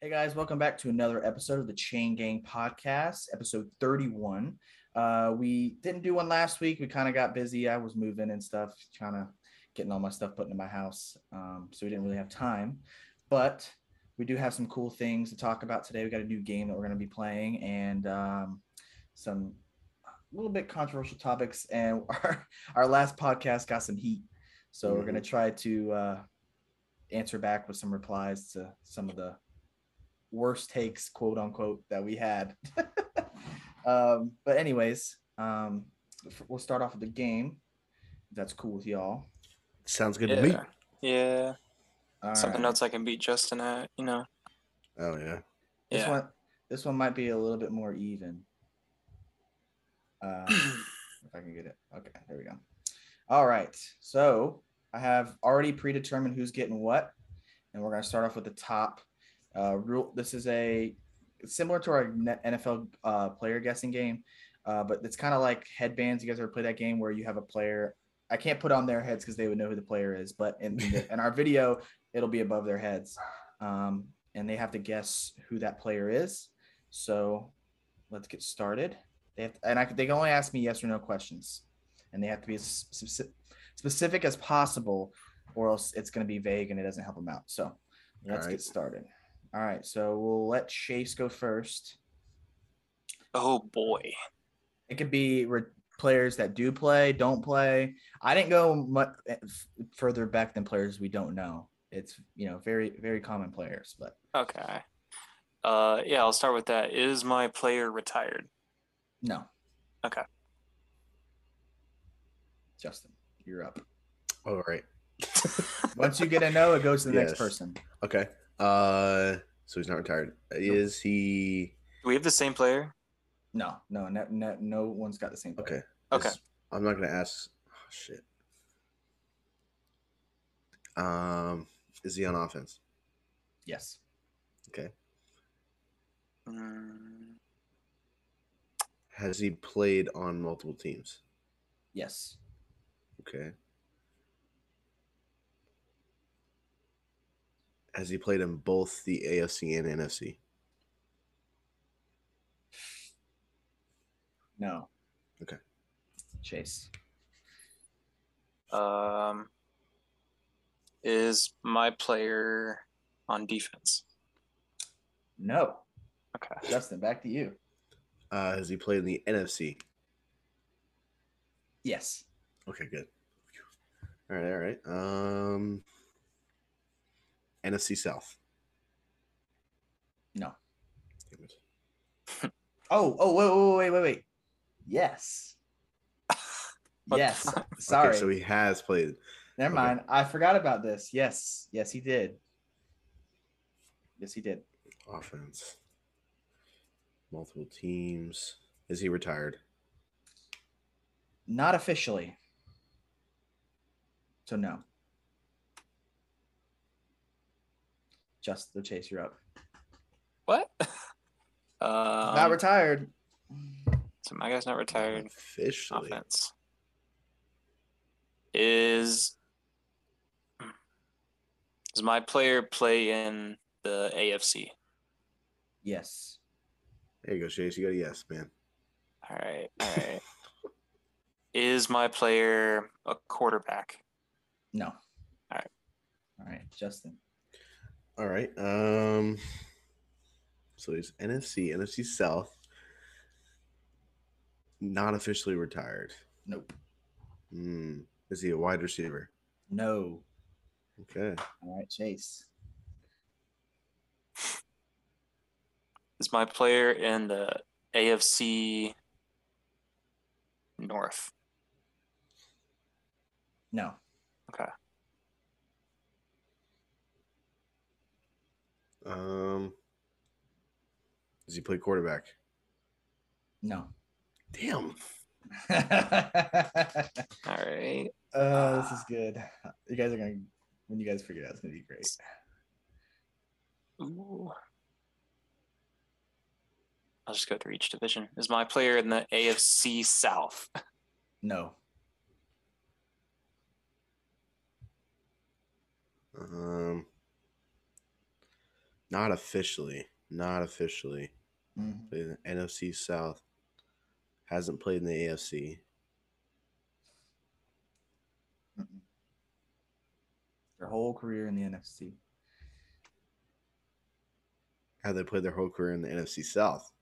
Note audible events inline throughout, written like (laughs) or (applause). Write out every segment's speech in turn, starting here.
Hey guys, welcome back to another episode of the Chain Gang Podcast, episode 31. Uh, we didn't do one last week. We kind of got busy. I was moving and stuff, trying to getting all my stuff put into my house. Um, so we didn't really have time, but we do have some cool things to talk about today. We got a new game that we're going to be playing and um, some a little bit controversial topics. And (laughs) our, our last podcast got some heat. So we're going to try to uh, answer back with some replies to some of the worst takes, quote unquote, that we had. (laughs) um, but, anyways, um, f- we'll start off with the game. If That's cool with y'all. Sounds good yeah. to me. Yeah. All Something right. else I can beat Justin at, you know. Oh yeah. This Yeah. one, this one might be a little bit more even. (clears throat) Uh, if I can get it. Okay, there we go. All right. So I have already predetermined who's getting what, and we're gonna start off with the top uh, rule. This is a it's similar to our ne- NFL uh, player guessing game, uh, but it's kind of like headbands. You guys ever play that game where you have a player? I can't put on their heads because they would know who the player is, but in, in, the, in our video, it'll be above their heads, um, and they have to guess who that player is. So let's get started. They have and I, could- they can only ask me yes or no questions, and they have to be as speci- specific as possible, or else it's going to be vague and it doesn't help them out. So let's Alright. get started. All right, so we'll let Chase go first. Oh boy. It could be re- players that do play, don't play. I didn't go much further back than players we don't know. It's you know very very common players, but Okay. Uh yeah, I'll start with that. Is my player retired? no. Okay. Justin, you're up. All right. Once you get a no, it goes to the next Yes. person. Okay. Uh, so he's not retired. Is he? Do we have the same player? No, no, no, no, no one's got the same. player. Okay. Okay. Is- I'm not gonna ask. Oh, shit. Um, is he on offense? Yes. Mm, Has he played on multiple teams? Yes. Okay. Has he played in both the AFC and NFC? No. Okay. Chase. Um is my player on defense? No. Okay. Justin, back to you. Uh, has he played in the NFC? Yes. Okay, good. All right, all right. Um, NFC South. No. Damn it. Oh, oh, wait, wait, wait, wait, wait. Yes. (laughs) What the yes. fuck? Sorry. Okay, so he has played. Never okay. mind. I forgot about this. Yes. Yes, he did. Yes, he did. Offense. Multiple teams. Is he retired? Not officially. So no. Just the chase, you're up. (laughs) What? Uh Not retired. so my guy's not retired. Officially. Offense. Is does my player play in the AFC? Yes. There you go, Chase. You got a yes, man. All right, all right. Is my player a quarterback? No. All Alright. All right, Justin. All right. Um. So he's NFC, NFC South. Not officially retired. Nope. Hmm. Is he a wide receiver? No. Okay. All right, Chase. Is my player in the AFC North? No. Um, does he play quarterback? (laughs) No. Damn. Uh, oh, All right. this is good. You guys are gonna when you guys figure it out, it's gonna be great. Ooh. I'll just go through each division. Is my player in the AFC South? No. Um, Not officially. Not officially. Mhm. Played in the NFC South. Hasn't played in the AFC. Mm-mm. Their whole career in the NFC. Have they played their whole career in the NFC South?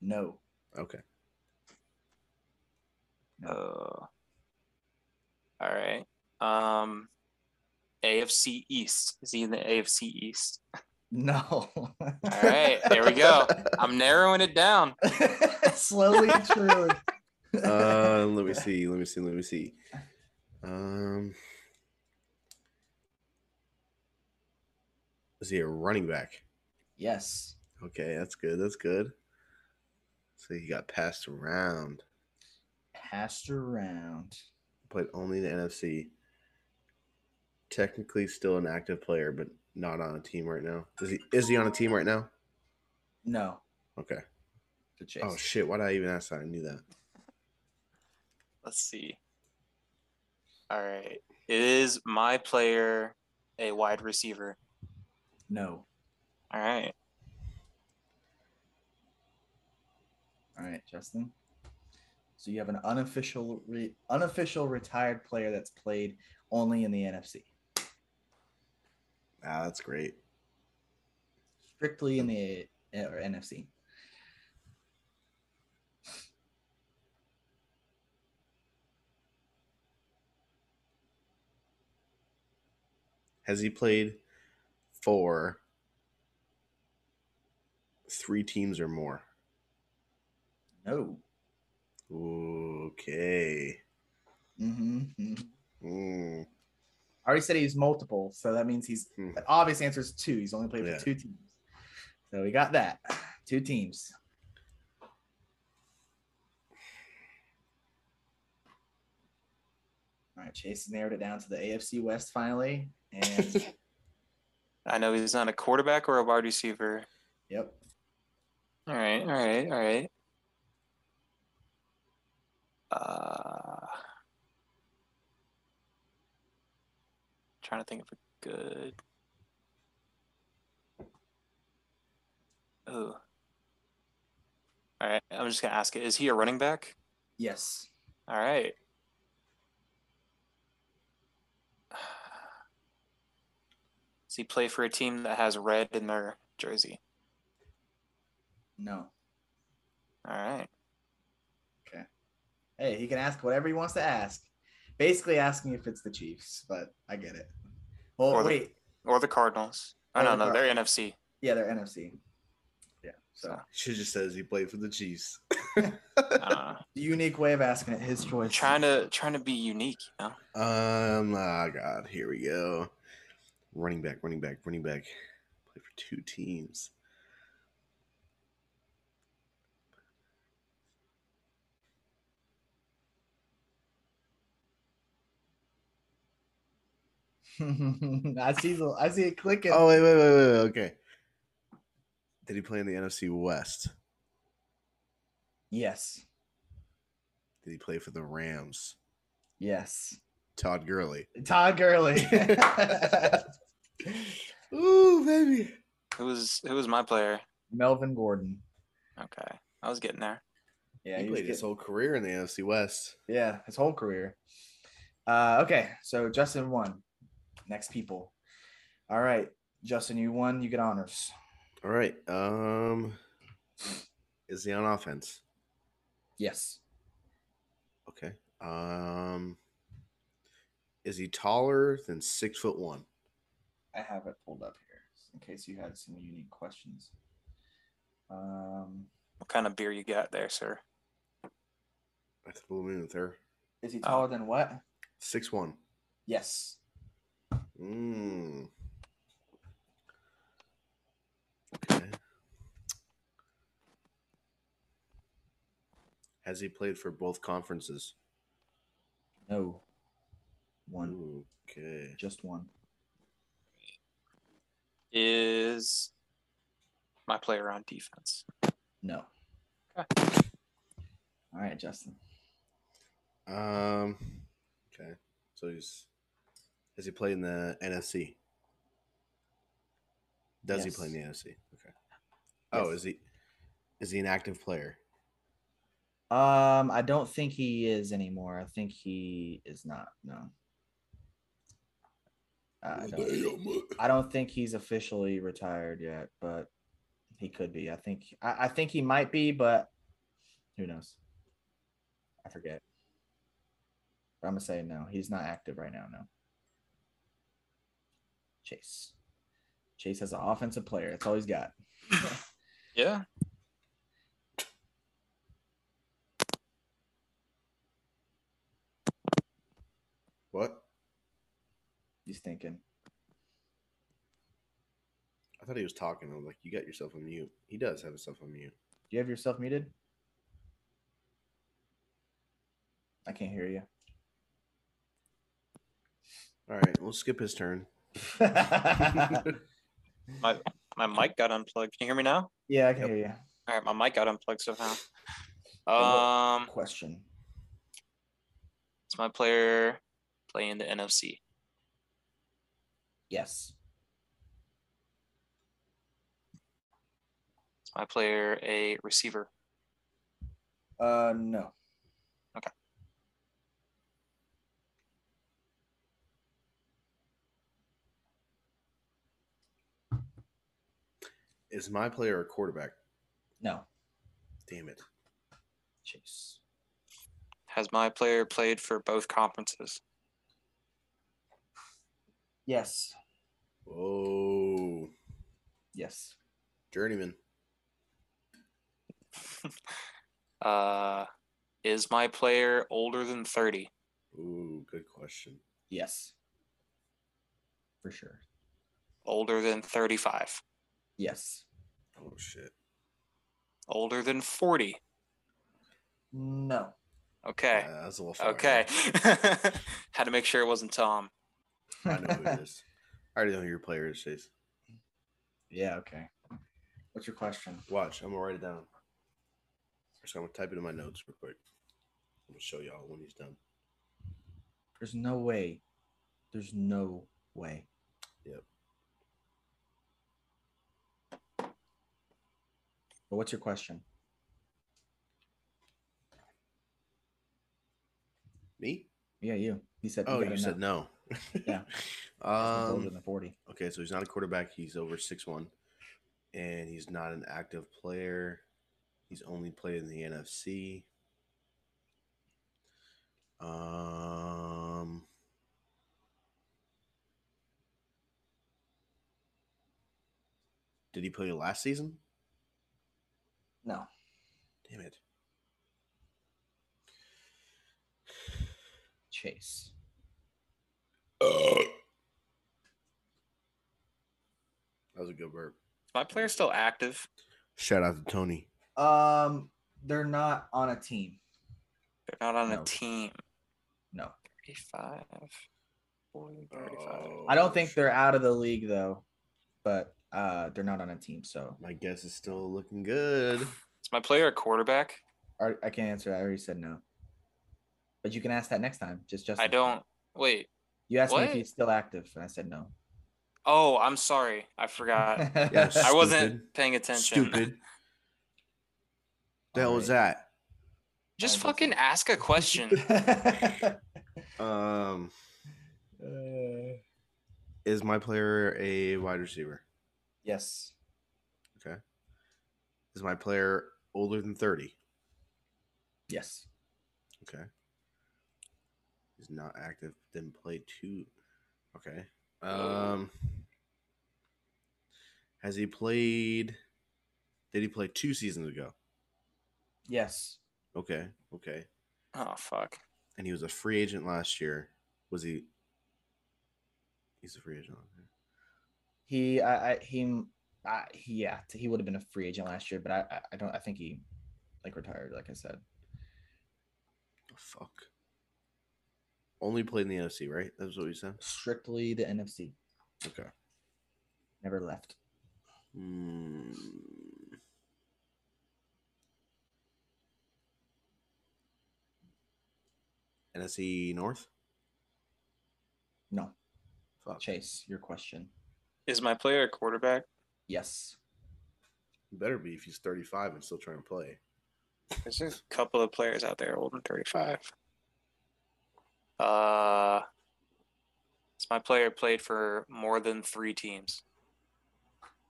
No. (laughs) Okay. No. Oh. All right. Um, AFC East. Is he in the AFC East? No. All right. There we (laughs) go. I'm narrowing it down. Slowly and surely. Uh, let me see. Let me see. Let me see. Um, is he a running back? (laughs) yes. Okay, that's good. That's good. So he got passed around. Passed around. Played only in the NFC. Technically, still an active player, but not on a team right now. Is he? Is he on a team right now? No. Okay. To chase. Oh shit! Why did I even ask that? I knew that. Let's see. All right. Is my player a wide receiver? no. All right. All right, Justin. So you have an unofficial, re- unofficial retired player that's played only in the NFC, Ah, that's great. strictly in the eh, or NFC. Has he played for three teams or more? No. Okay. Mm-hmm. Hmm. I already said he's multiple, so that means he's Hmm. the obvious answer is two. He's only played Yeah. for two teams, so we got that. Two teams. All right, Chase narrowed it down to the AFC West finally, and I know he's not a quarterback or a wide receiver. yep, All right, all right, all right. Uh, trying to think of a good. Oh. All right, I'm just gonna ask it. Is he a running back? yes. All right. Does he play for a team that has red in their jersey? No. All right. Hey, he can ask whatever he wants to ask. Basically asking if it's the Chiefs, but I get it. Well, Or the- wait. Or the Cardinals. Oh, Or no, the no, they're NFC. Yeah, they're NFC. Yeah. So She just says he played for the Chiefs. Uh, unique way of asking it. His (laughs) choice. trying to trying to be unique, you know. Um, oh god, here we go. Running back, running back, running back. Play for two teams. (laughs) I see the. I see it clicking. Oh wait, wait, wait, wait, wait. Okay. Did he play in the NFC West? Yes. Did he play for the Rams? Yes. Todd Gurley. Todd Gurley. Ooh, baby. Who was who was my player? (laughs) Melvin Gordon. Okay, I was getting there. Yeah, he was played his getting- whole career in the NFC West. Yeah, his whole career. Uh, okay, so Justin won. Next people. All right, Justin, you won. You get honors. All right. Um, is he on offense? Yes. Okay. Um, is he taller than six foot one? I have it pulled up here in case you had some unique questions. Um, What kind of beer you got there, sir? That's the blue moon there. is he Uh, taller than what? Six one. Yes. Mm. Okay. Has he played for both conferences? No. One. Okay. Just one. Is my player on defense? No. All right, Justin. Um. Okay. So he's has he played in the NFC? Does Yes. he play in the NFC? Okay. Oh, Yes. is he is he an active player? Um, I don't think he is anymore. I think he is not. No. I don't, I don't think he's officially retired yet, but he could be. I think I, I think he might be, but who knows? I forget. But I'm gonna say no. He's not active right now. No. Chase. Chase has an offensive player. That's all he's got. Yeah. What? He's thinking. I thought he was talking. I was like, you got yourself on mute. He does have himself on mute. Do you have yourself muted? I can't hear you. (laughs) All right, we'll skip his (laughs) turn. (laughs) My mic got unplugged. Can you hear me now? yeah, I can Yep. hear you. All right, my mic got unplugged somehow. Oh, Um, Question. does my player play in the NFC? Yes. Is my player a receiver? Uh, no. Is my player a quarterback? No. Damn it. Chase. Has my player played for both conferences? Yes. Oh, Yes. journeyman. Uh, is my player older than 30? Ooh, good question. Yes. For sure. Older than 35? Yes. Oh shit. Older than 40? No. Okay. Uh, that's a little far. Okay. (laughs) Had to make sure it wasn't Tom. I know who it is. I already know who your player is, Chase. (laughs) yeah. Okay. What's your question? Watch, I'm gonna write it down. So I'm gonna type it in my notes real quick. I'm gonna show y'all when he's done. There's no way. There's no way. Yep. But what's your question? Me? Yeah, you. He said. Oh, gotta you said know. no. (laughs) Yeah. He's older um, than forty. okay, so he's not a quarterback. He's over six one, and he's not an active player. He's only played in the NFC. Um. Did he play last season? No. Damn it. Chase. that was a good burp. Is my player still active? Shout out to Tony. Um, they're not on a team. They're not on No. a team. No, 35. 40, 35. Oh, I don't think shit. they're out of the league though, but uh, they're not on a team. So My guess is still looking good. Is my player a quarterback? I, I can't answer. that. I already said no. But you can ask that next time. Just just I don't. Wait. You asked me if What? he's still active, and I said no. Oh, I'm sorry. (laughs) (laughs) I forgot. Yes. Uh, I wasn't Stupid. paying attention. Stupid. the hell (laughs) (laughs) was Alright. that? Just I fucking (laughs) ask a question. Um, (laughs) Uh, is my player a wide receiver? yes. Okay. Is my player older than 30? Yes. Okay. He's not active, then play two. Okay. Um Has he played did he play two seasons ago? Yes. Okay. Okay. Oh, fuck. And he was a free agent last year. Was he He's a free agent. last year. He. I. I he. I, he- yeah. He would have been a free agent last year, but I. I- I don't. I think he, like, retired. Like I said. The fuck. Only played in the NFC, right? That's what you said. Strictly the NFC. Okay. Never left. Hmm. NFC North? No. Fuck. Chase, your question. Is my player a quarterback? Yes. He better be if he's 35 and still trying to play. There's just a couple of players out there older than 35. Uh, it's my player played for more than three teams.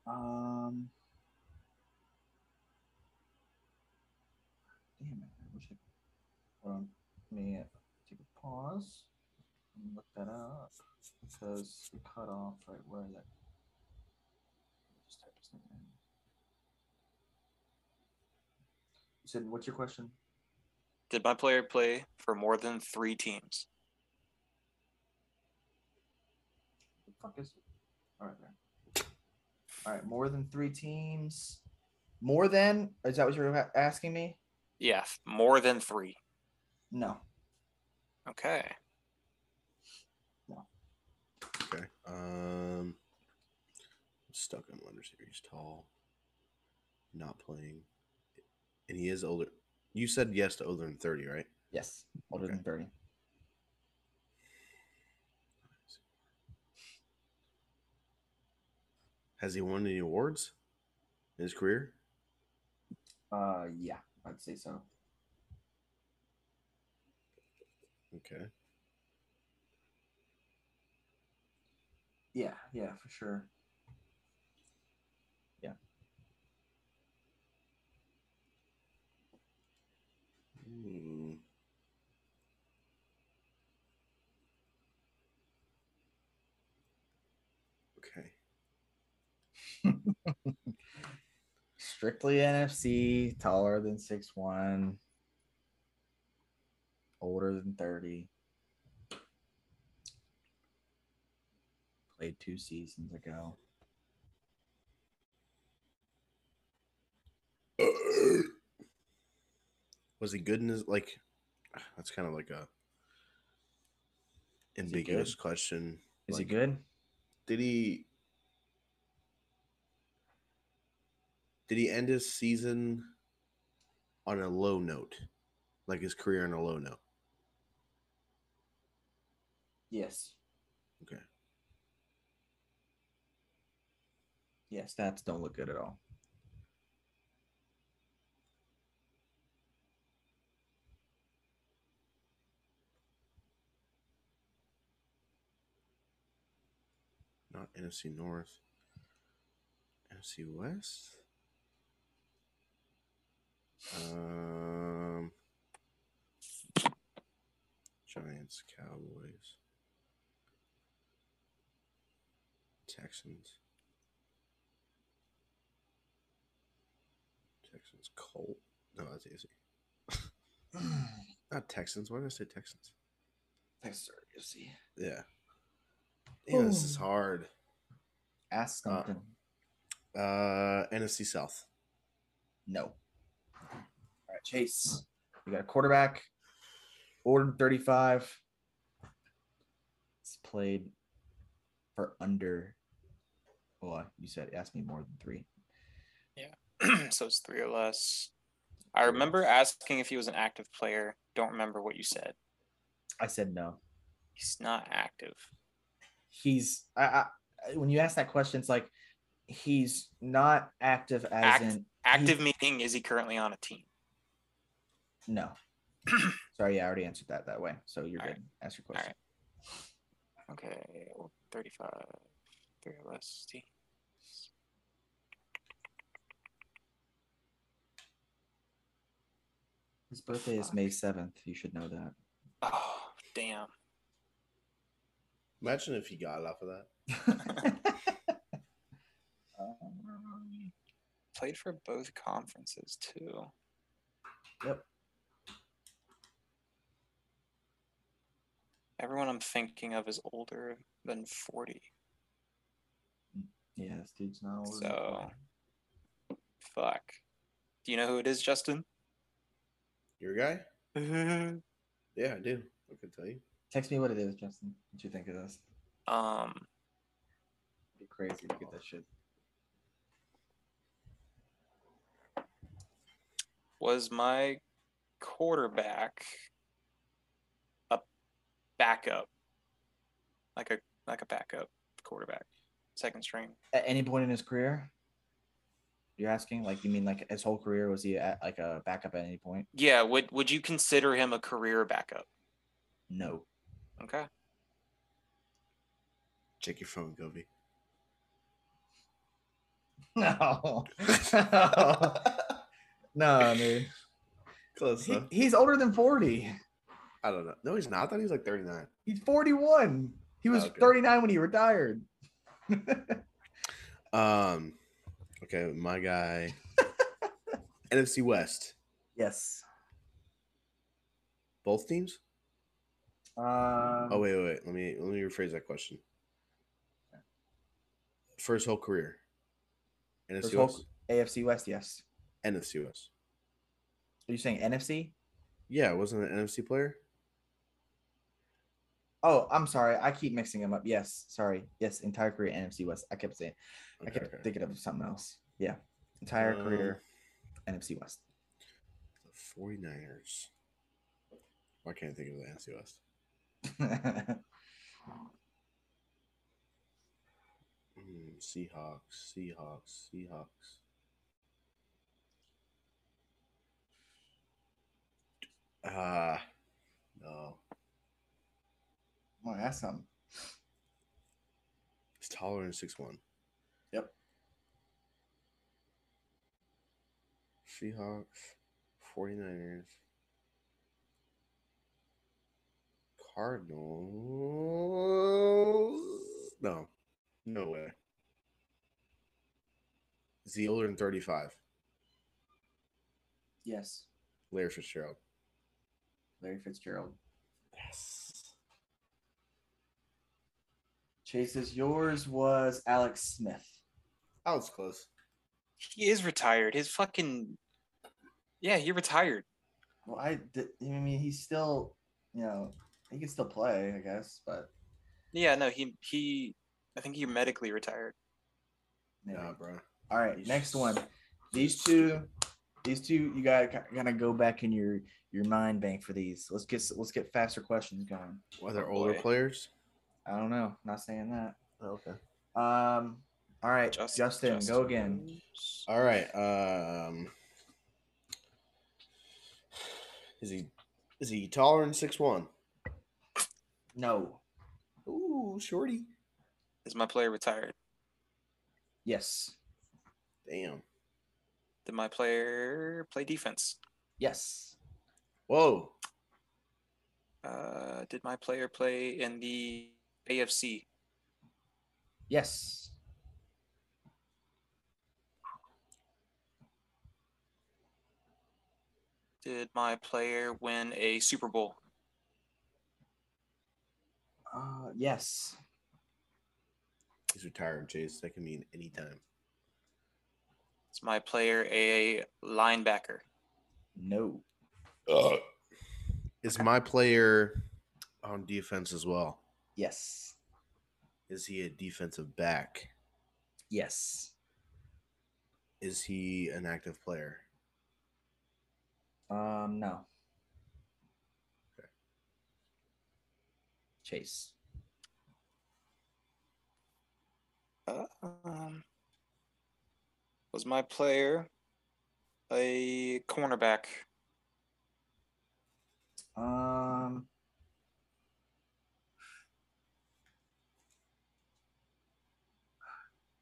Um. Damn it! I wish I. Hold on. Let me uh, take a pause and look that up because the cutoff right where is that. Just type this thing in. You said, "What's your question?" Did my player play for more than three teams? The fuck is it? All right, there. All right, more than three teams. More than is that what you're a- asking me? Yeah, f- more than three. No. Okay. (clears throat) Okay. Um, stuck on wide receiver. He's tall, not playing, and he is older. You said yes to older than 30, right? Yes. Older Okay. than thirty. Has he won any awards in his career? Uh, yeah, I'd say so. Okay. Yeah, yeah, for sure. Yeah. Hmm. Okay. Strictly NFC, taller than six one, older than thirty. Played two seasons ago. Was he good in his like? That's kind of like a he good? ambiguous question. Is he Like, good? Did he? Did he end his season on a low note, like his career on a low note? Yes. Okay. Yeah, stats don't look good at all. Not NFC North. NFC West. Um, Giants, Cowboys, Texans, Texans, Colt. No, that's easy. Not Texans. Why did I say Texans? (clears throat) Thanks, sir. You see. Yeah. Yeah, this is Ooh. hard. Ask Uh, something. Uh, NFC South. No. All right, Chase. We got a quarterback, ordered 35. He's played for under. Well, you said ask me more than three. so it's three or less. I remember asking if he was an active player. Don't remember what you said. I said no. He's not active. He's I, I when you ask that question, it's like he's not active as Act- in Active meaning is he currently on a team? (clears throat) no. Sorry, yeah, I already answered that that way. So you're All good. right. Ask your All question. Okay, 35, three or less teams. His birthday is Fuck. May 7th. You should know that. Oh, damn. Imagine if he got off of that. (laughs) (laughs) Um, Played for both conferences, too. Yep. Everyone I'm thinking of is older than 40. yeah, this dude's not older. than So- 40. Fuck. Do you know who it is, Justin? Your guy? um, Yeah, I do. I can tell you. text me what it is, Justin. What you think of this? I It'd be crazy to get that shit. was my quarterback a backup like a like a backup quarterback second string At any point in his career, You're asking? Like you mean like his whole career was he at like a backup at any point? Yeah, would would you consider him a career backup? No. (laughs) Okay. Check your phone, Govey. No. (laughs) no, dude. Close He, though. he's older than 40. (laughs) I don't know. No, he's not. I thought he was like 39. He's 41. He was Okay. 39 when he retired. Um, okay, my (laughs) guy. NFC West. Yes. Both teams? Um, Oh wait, wait, wait. Let me let me rephrase that question. First whole career. First NFC whole- West. AFC West, yes. NFC West. Are you saying NFC? Yeah, wasn't it an NFC player? Oh, I'm sorry. I keep mixing them up. Yes. Sorry. Yes. Entire career NFC West. I kept saying, I Okay, kept okay. thinking of something else. Yeah. Entire Um, career NFC West. (laughs) The 49ers. Why can't I think of the NFC West? Mm, Seahawks, Seahawks, Seahawks. Ah, no. Oh, that's something. It's taller than six one. Yep. Seahawks, 49ers, Cardinals. No, no way. Is he older than 35? Yes. Larry Fitzgerald. Larry Fitzgerald. Yes. Chase's yours was Alex Smith. I was close. He is retired. His fucking Yeah, he retired. Well, I, did, I mean, he's still, you know, he can still play, I guess, but Yeah, no, he he I think he medically retired. anyway. Nah, bro. All right, He's- next one. These two, these two, you got to kind of go back in your your mind bank for these. Let's get let's get faster questions going. Why they're Oh, older boy. Oh, players? I don't know. Not saying that. okay. Um. All right, Just- Justin, go Justin again. Rose. All right. Um, is he is he taller than six one? No. Ooh, shorty. Is my player retired? Yes. Damn. Did my player play defense? Yes. Whoa. Uh, did my player play in the AFC? Yes. Did my player win a Super Bowl? Uh, yes. He's retired, Chase. That can mean anytime. Is my player a linebacker? No. Uh, is my player on defense as well? Yes. Is he a defensive back? Yes. Is he an active player? Um. No. Chase. Uh, um, was my player a cornerback? Um.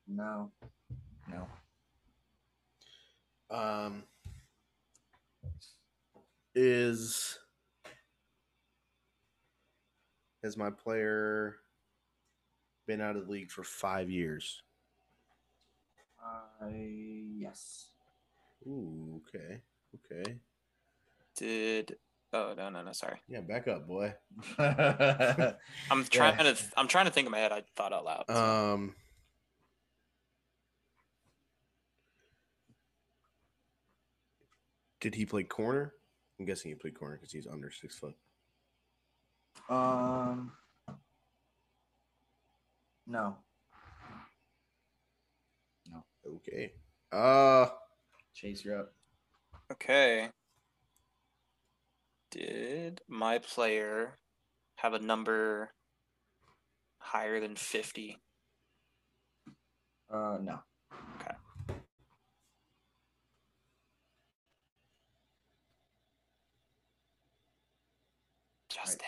No. No. Um, is has my player been out of the league for five years? Uh, (laughs) yes. Ooh, okay, okay, Did oh no no no sorry. yeah, back up, boy. I'm trying to I'm trying to think in my head. I thought out loud. Um, did he play corner? I'm guessing he played corner because he's under six foot. um. No. Okay. Uh, Chase, you're up. okay. Did my player have a number higher than fifty? Uh, no. Justin.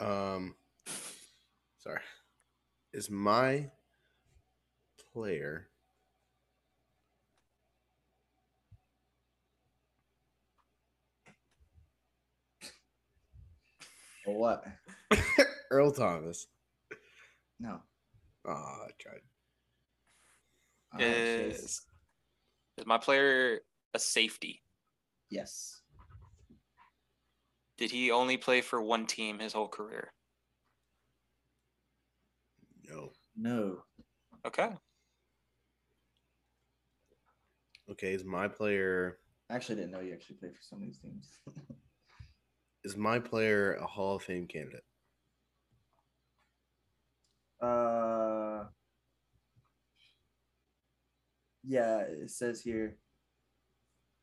Um, sorry. Is my player Well, what? Earl Thomas? No. Ah, I tried. Uh, Is, Chase. is my player a safety? Yes. Did he only play for one team his whole career? No. No. Okay. Okay, is my player I actually didn't know you actually played for some of these teams. (laughs) is my player a Hall of Fame candidate? uh, yeah, it says here.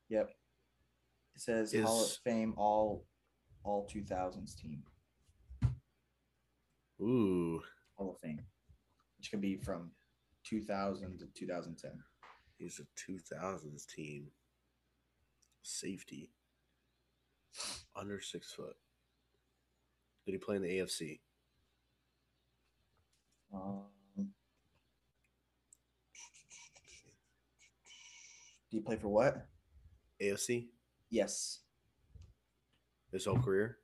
Yep. It says Hall of Is- Fame all all 2000s team. Ooh, Hall of Fame, which can be from 2000 to 2010. he's a 2000s team. Safety. Under six foot. Did he play in the AFC? Um, do you play for what? AFC? Yes. His whole career?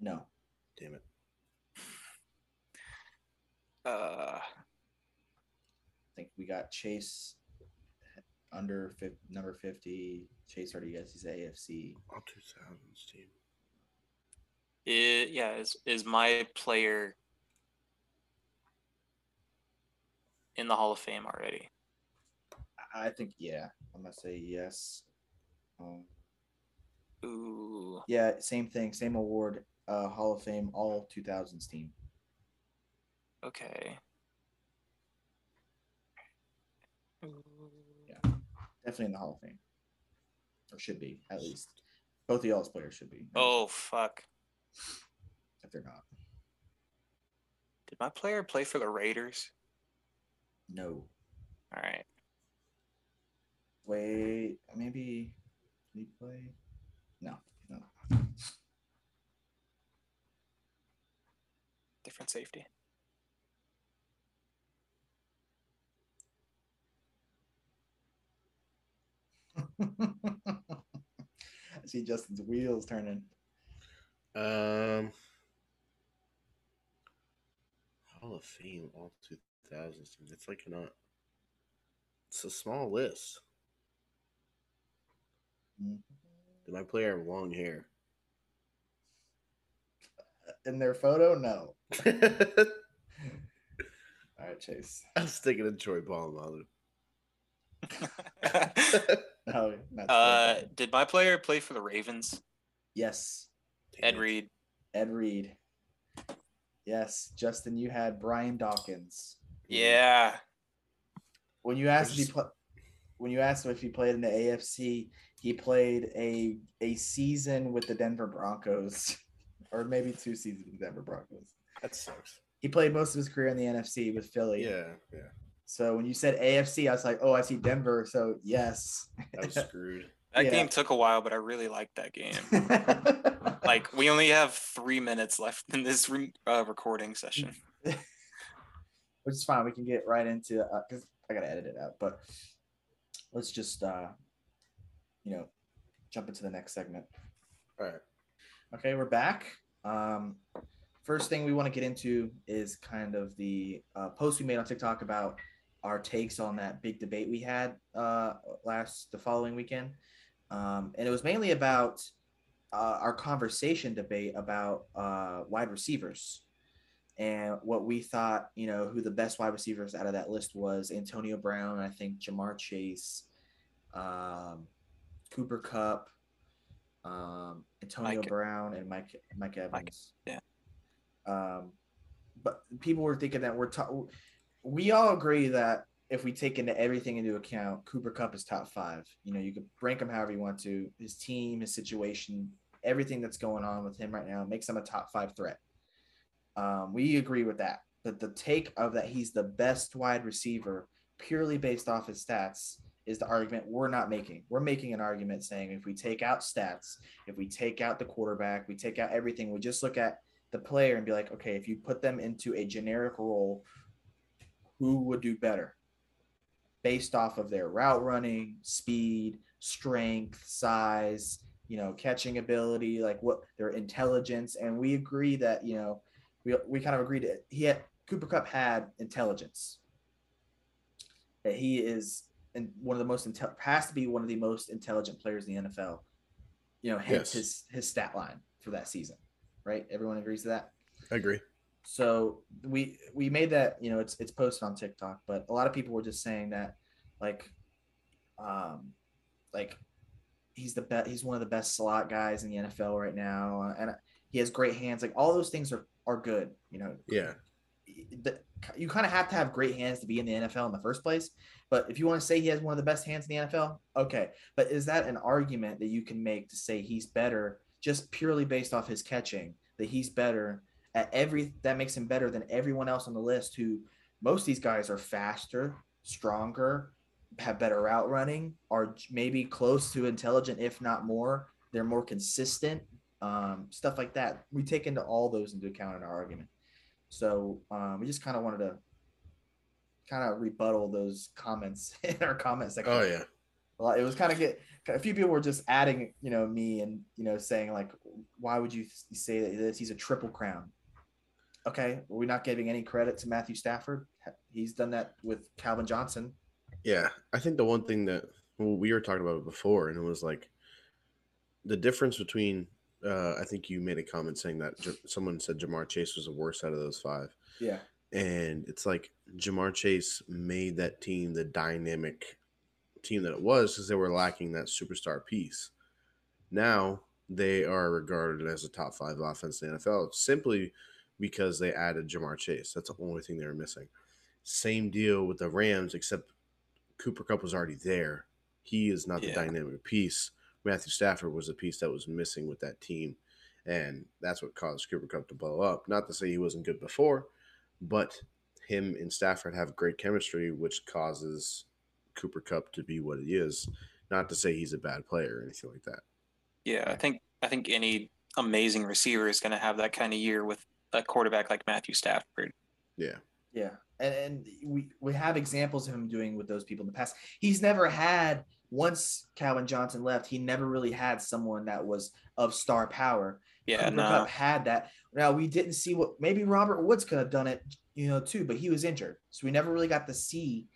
No. Damn it. Uh, I think we got Chase under fif- number 50. Chase already guessed he's AFC. All 2000s team. i yeah, is is my player in the Hall of Fame already? I I think, yeah, I'm going to say yes. Um, Ooh, yeah, same thing, same award, uh, Hall of Fame, all 2000s team. okay. Ooh. Definitely in the Hall of Fame. Or should be, at least. Both of y'all's players should be. Oh fuck! If they're not. Did my player play for the Raiders? No. All right. Wait, maybe did he play? No, no. (laughs) different (laughs) safety. I see Justin's wheels turning. Um, Hall of Fame, all 2000s team. It's like not. It's a small list. Did my player have long hair? (laughs) In their photo, no. I All right, Chase. was thinking of Troy Polamalu. No, not uh, did my player play for the Ravens? yes, Ed Reed. Ed Reed. Yes, Justin, you had Brian Dawkins. Yeah. When you asked if he just- pla when you asked him if he played in the AFC, he played a a season with the Denver Broncos, (laughs) or maybe two seasons with the Denver Broncos. That sucks. He played most of his career in the NFC with Philly. Yeah, yeah. So when you said AFC, I was like, oh, I see Denver. So yes. (laughs) I (laughs) was screwed. That Yeah. game took a while, but I really liked that game. (laughs) like like we only have three minutes left in this re- uh, recording session. which is fine. We can get right into because I gotta edit it out, but let's just uh, you know jump into the next segment. All right. Okay, we're back. Um, first thing we want to get into is kind of the uh, post we made on TikTok about our takes on that big debate we had uh, last the following weekend, um, and it was mainly about uh, our conversation debate about uh, wide receivers and what we thought, you know, who the best wide receivers out of that list was Antonio Brown, I think Jamar Chase, um, Cooper Cup, um, Antonio Mike- Brown, and Mike Mike Evans. yeah. Um, but people were thinking that we're ta- we all agree that if we take into everything into account, Cooper Cup is top five. You know, you could rank him however you want to. His team, his situation, everything that's going on with him right now makes him a top five threat. Um, we agree with that. But the take of that he's the best wide receiver purely based off his stats is the argument we're not making. We're making an argument saying if we take out stats, if we take out the quarterback, we take out everything, we just look at the player and be like, okay, if you put them into a generic role, who would do better based off of their route running, speed, strength, size, you know, catching ability, like what their intelligence. And we agree that, you know, we, we kind of agreed that he had Cooper Cup had intelligence. That he is in one of the most intel has to be one of the most intelligent players in the NFL. You know, hence Yes. his his stat line for that season, right? Everyone agrees to that. I agree. So we we made that you know it's it's posted on TikTok, but a lot of people were just saying that like, um, like he's the best. He's one of the best slot guys in the NFL right now, and he has great hands. Like all those things are are good. You know, Yeah. the, you kind of have to have great hands to be in the NFL in the first place. But if you want to say he has one of the best hands in the NFL, okay. But is that an argument that you can make to say he's better just purely based off his catching? That he's better at every that makes him better than everyone else on the list who most of these guys are faster, stronger, have better route running, are j- maybe close to intelligent, if not more. They're more consistent, um, stuff like that. We take into all those into account in our argument. So um, we just kind of wanted to kind of rebuttal those comments (laughs) in our comment section. Oh yeah. A lot- It was kind of get a few people were just adding, you know, me and you know saying like, why would you th- say that this? He's a triple crown. Okay, we're not giving any credit to Matthew Stafford. He's done that with Calvin Johnson. Yeah, I think the one thing that well, we were talking about it before, and it was like the difference between. Uh, I think you made a comment saying that J- someone said Jamar Chase was the worst out of those five, Yeah, and it's like Jamar Chase made that team the dynamic team that it was because they were lacking that superstar piece. Now they are regarded as a top five offense in the NFL simply because they added Jamar Chase. That's the only thing they were missing. Same deal with the Rams, except Cooper Cup was already there. He is not the Yeah. dynamic piece. Matthew Stafford was the piece that was missing with that team. And that's what caused Cooper Cup to blow up. Not to say he wasn't good before, but him and Stafford have great chemistry, which causes Cooper Cup to be what he is. Not to say he's a bad player or anything like that. Yeah, I think I think any amazing receiver is going to have that kind of year with a quarterback like Matthew Stafford. Yeah. yeah, and, and we we have examples of him doing with those people in the past. He's never had once Calvin Johnson left. He never really had someone that was of star power. Yeah, Cooper no, Cup had that. Now we didn't see what maybe Robert Woods could have done it, you know, too, but he was injured, so we never really got to see,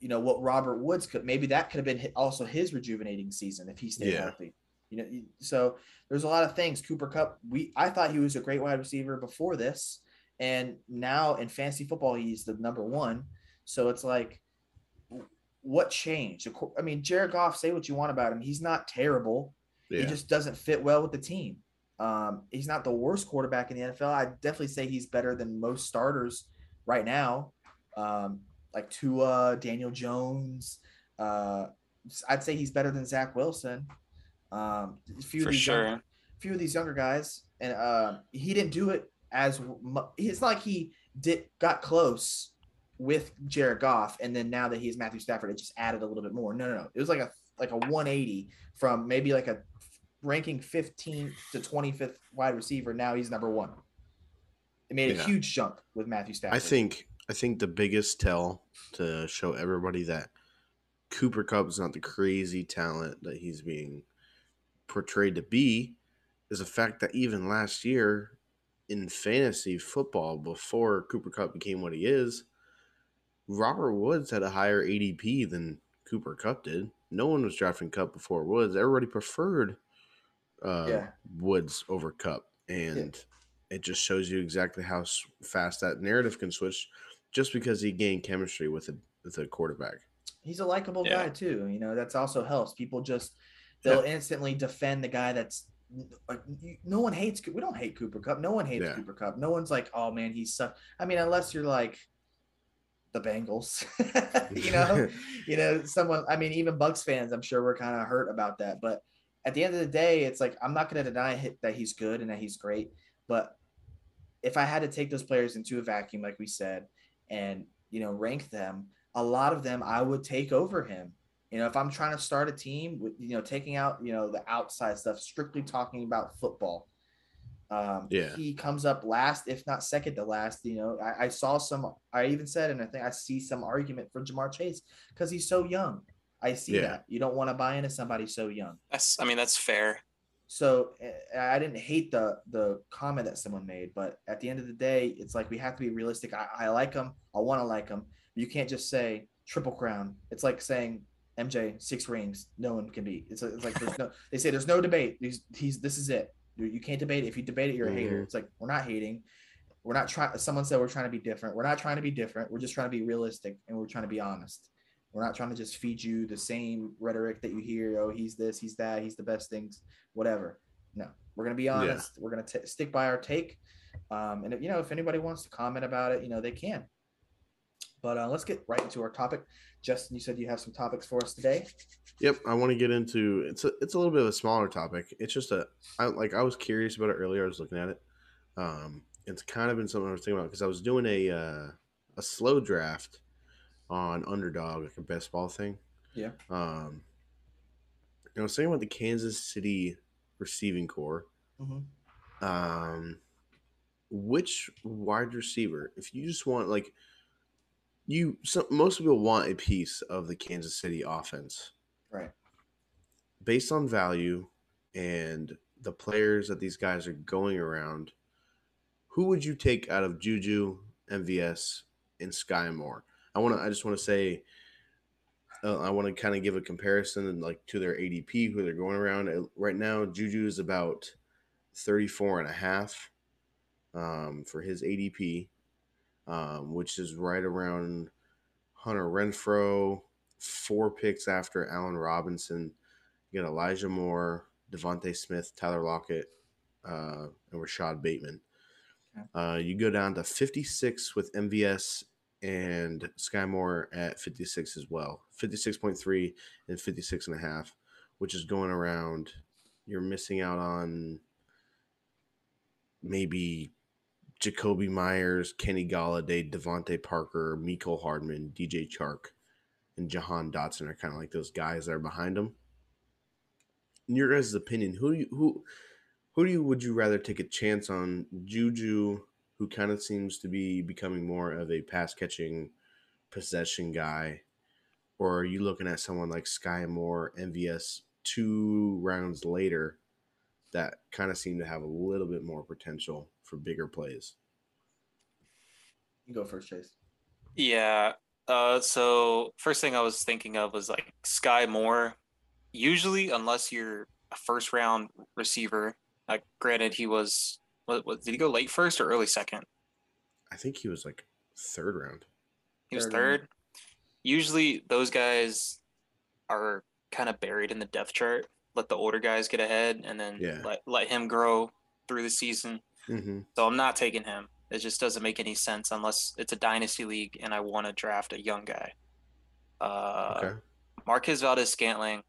you know, what Robert Woods could. Maybe that could have been hi- also his rejuvenating season if he stayed Yeah. healthy. You know, you- so there's a lot of things. Cooper Cup, we I thought he was a great wide receiver before this, and now in fantasy football he's the number one. So it's like, w- what changed? Of cour- I mean, Jared Goff. Say what you want about him, he's not terrible Yeah. he just doesn't fit well with the team. Um, he's not the worst quarterback in the NFL. I definitely say he's better than most starters right now, um, like Tua, Daniel Jones. Uh, I'd say he's better than Zach Wilson. Um, a few for of these young- sure. few of these younger guys, and uh, he didn't do it as mu- it's not like he did got close with Jared Goff, and then now that he's Matthew Stafford, it just added a little bit more. No, no, no, it was like a like a 180 from maybe like a ranking 15th to 25th wide receiver. Now he's number one. It made a Yeah. huge jump with Matthew Stafford. I think I think the biggest tell to show everybody that Cooper Cup is not the crazy talent that he's being portrayed to be is the fact that even last year in fantasy football, before Cooper Cup became what he is, Robert Woods had a higher ADP than Cooper Cup did. No one was drafting Cup before Woods. Everybody preferred uh, Yeah. Woods over Cup, and it just shows you exactly how s- fast that narrative can switch, just because he gained chemistry with a with a quarterback. he's a likable Yeah. guy too. You know, that's also helps. People just they'll instantly defend the guy that's like you- no one hates. Coo- We don't hate Cooper Cup. No one hates Yeah. Cooper Cup. No one's like, oh man, he sucks. I mean, unless you're like the Bengals, (laughs) you know, you know, someone. I mean, even Bucks fans, I'm sure, were kind of hurt about that. But at the end of the day, it's like I'm not going to deny hi- that he's good and that he's great, but if I had to take those players into a vacuum, like we said, and you know rank them, a lot of them I would take over him. You know, if I'm trying to start a team, with, you know, taking out you know the outside stuff, strictly talking about football. Um, Yeah. He comes up last, if not second to last. You know, I, I saw some. I even said, and I think I see some argument for Jamar Chase because he's so young. I see Yeah. that you don't want to buy into somebody so young. That's I mean that's fair. So eh, I didn't hate the the comment that someone made, but at the end of the day, it's like we have to be realistic. I, I like him. I want to like him. You can't just say triple crown. It's like saying MJ six rings. No one can beat. It's, it's like there's no. They say there's no debate. He's, he's this is it. You, you can't debate. it. If you debate it, you're a hater. Mhm. It's like we're not hating. We're not trying. Someone said we're trying to be different. We're not trying to be different. We're just trying to be realistic and we're trying to be honest. We're not trying to just feed you the same rhetoric that you hear. Oh, he's this, he's that, he's the best things, whatever. No, we're gonna be Yeah. honest. We're gonna t- stick by our take. Um, and if, you know, if anybody wants to comment about it, you know, they can. But uh, let's get right into our topic. Justin, you said you have some topics for us today. Yep, I want to get into it's a it's a little bit of a smaller topic. It's just a I like I was curious about it earlier. I was looking at it. Um, it's kind of been something I was thinking about because I was doing a uh, a slow draft on underdog like a best ball thing. Yeah. Um, and I was thinking about the Kansas City receiving core. Mhm. Um, which wide receiver, if you just want like you, so, most people want a piece of the Kansas City offense Right. based on value and the players that these guys are going around, who would you take out of Juju, MVS, and Sky Moore? I want to. I just want to say, uh, I want to kind of give a comparison and like to their ADP, who they're going around Uh, right now. Juju is about 34 and a half um, for his ADP, um, which is right around Hunter Renfro, four picks after Allen Robinson. You got Elijah Moore, Devontae Smith, Tyler Lockett, uh, and Rashad Bateman. Okay. Uh, you go down to 56 with MVS and Sky Moore at 56 as well. 56.3 and 56.5, which is going around. You're missing out on maybe Jacoby Myers, Kenny Galladay, Devontae Parker, Miko Hardman, DJ Chark, and Jahan Dotson are kind of like those guys that are behind him. In your guys' opinion, who do you, who who do you would you rather take a chance on Juju, who kind of seems to be becoming more of a pass catching possession guy, or are you looking at someone like Sky Moore, MVS two rounds later that kind of seem to have a little bit more potential for bigger plays? You go first, Chase. Yeah. Uh, so first thing I was thinking of was like Sky Moore. Usually, unless you're a first round receiver, like granted he was, what, what did he go late first or early second? I think he was like third round. He was Third third. round. Usually those guys are kind of buried in the depth chart. Let the older guys get ahead and then Yeah. let, let him grow through the season. Mm-hmm. So I'm not taking him. It just doesn't make any sense unless it's a dynasty league and I want to draft a young guy. Uh, Okay. Marquez Valdez Scantling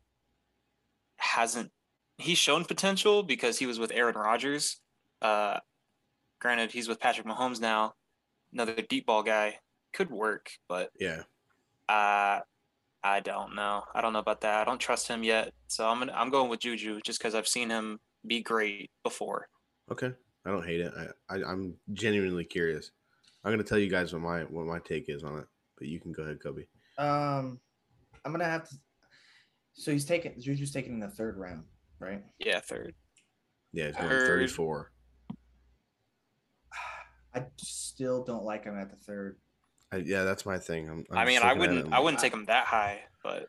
hasn't he's shown potential because he was with Aaron Rodgers. Uh, granted, he's with Patrick Mahomes now, another deep ball guy. Could work, but Yeah. uh, I don't know. I don't know about that. I don't trust him yet. So I'm gonna, I'm going with Juju just because I've seen him be great before. Okay. I don't hate it. I, I I'm genuinely curious. I'm gonna tell you guys what my what my take is on it, but you can go ahead, Kobe. Um, I'm gonna have to. So he's taking Juju's taken in the third round, right? Yeah, third. Yeah, it's going Heard- 34. I still don't like him at the third. I, yeah, that's my thing. I'm, I'm I mean, just looking at I it, wouldn't I'm I like- wouldn't take him that high, but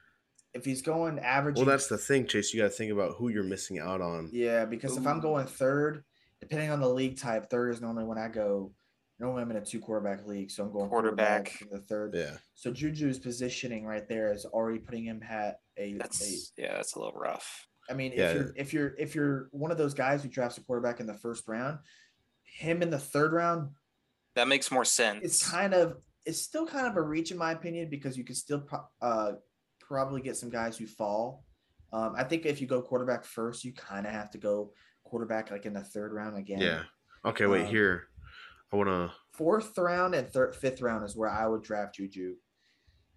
If he's going average, Well, that's the thing, Chase. You got to think about who you're missing out on. Yeah, because if I'm Ooh. going third, depending on the league type, third is normally when I go. Normally, I'm in a two quarterback league, so I'm going Quarterback. in the third. Yeah. So Juju's positioning right there is already putting him at a. a that's yeah, that's a little rough. I mean, if Yeah. you're if you're if you're one of those guys who drafts a quarterback in the first round, him in the third round That makes more sense. it's kind of it's still kind of a reach in my opinion because you can still pro- uh, probably get some guys who fall. Um, I think if you go quarterback first, you kind of have to go quarterback like in the third round again. Yeah. Okay, Um, wait here. I want to. Fourth round and third, fifth round is where I would draft Juju.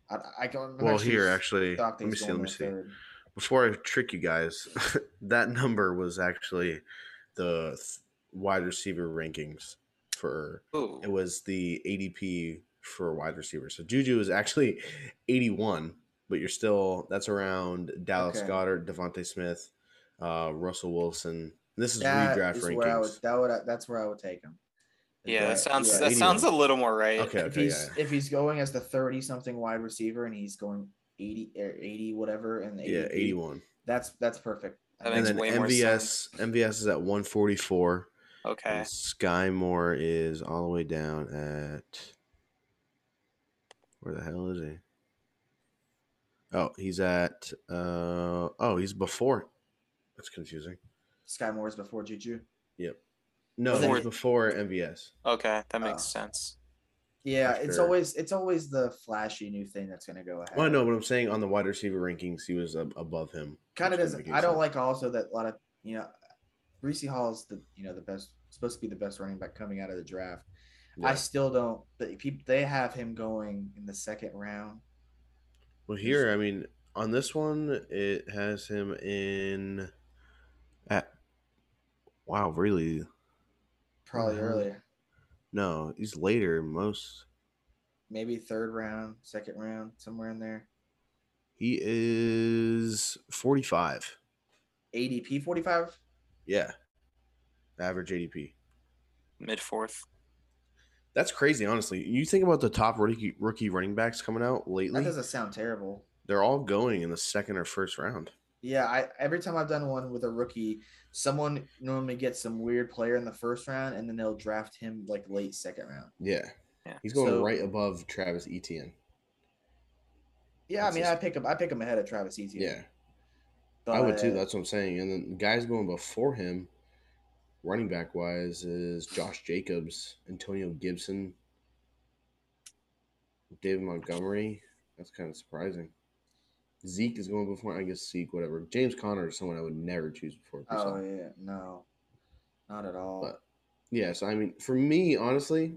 I, I don't. Well, here actually, let me see. Let me see. Before I trick you guys, (laughs) that number was actually the th- wide receiver rankings for Ooh. it was the ADP for wide receiver. So Juju is actually 81, but you're still that's around Dallas Okay. Goddard, Devontae Smith, uh, Russell Wilson. This is That redraft is where I would. rankings. That would. That's where I would take him. Yeah, Right, that sounds yeah, that sounds a little more right. Okay, if okay, yeah. he's if he's going as the thirty something wide receiver and he's going eighty or eighty whatever and yeah. Yeah, 81. That's that's perfect. That And makes then way more MVS MVS is at 144. Okay. And Sky Moore is all the way down at where the hell is he? Oh, he's at uh oh, he's before. That's confusing. Sky Moore is before Juju. No, Before- he's before MVS. Okay, that makes Oh. sense. Yeah, For it's sure. always it's always the flashy new thing that's gonna go ahead. Well, no, but I'm saying on the wide receiver rankings, he was ab- above him. kind of which doesn't. making I don't sense. like also that a lot of you know, Breesy Hall is the you know the best supposed to be the best running back coming out of the draft. Yeah. I still don't. They, peop- they have him going in the second round. Well, here, I mean, on this one, it has him in at wow, really? probably Mhm. earlier. No, he's later in most. Maybe third round, second round, somewhere in there. He is 45. ADP 45. Yeah. Average ADP. Mid fourth. That's crazy, honestly. You think about the top rookie, rookie running backs coming out That lately, doesn't sound terrible. they're all going in the second or first round. Yeah, I every time I've done one with a rookie, someone normally gets some weird player in the first round, and then they'll draft him like late second round. Yeah. Yeah. He's going So- right above Travis Etienne. Yeah, That's I mean, just- I pick him. I pick him ahead of Travis Etienne. Yeah. I would too. but- That's what I'm saying. And then the guys going before him, running back wise, is Josh Jacobs, Antonio Gibson, David Montgomery. That's kind of surprising. Zeke is going before. I guess Zeke, whatever. James Conner is someone I would never choose before. Oh Brees Hall. yeah, no, not at all. But- yeah. So I mean, for me, honestly,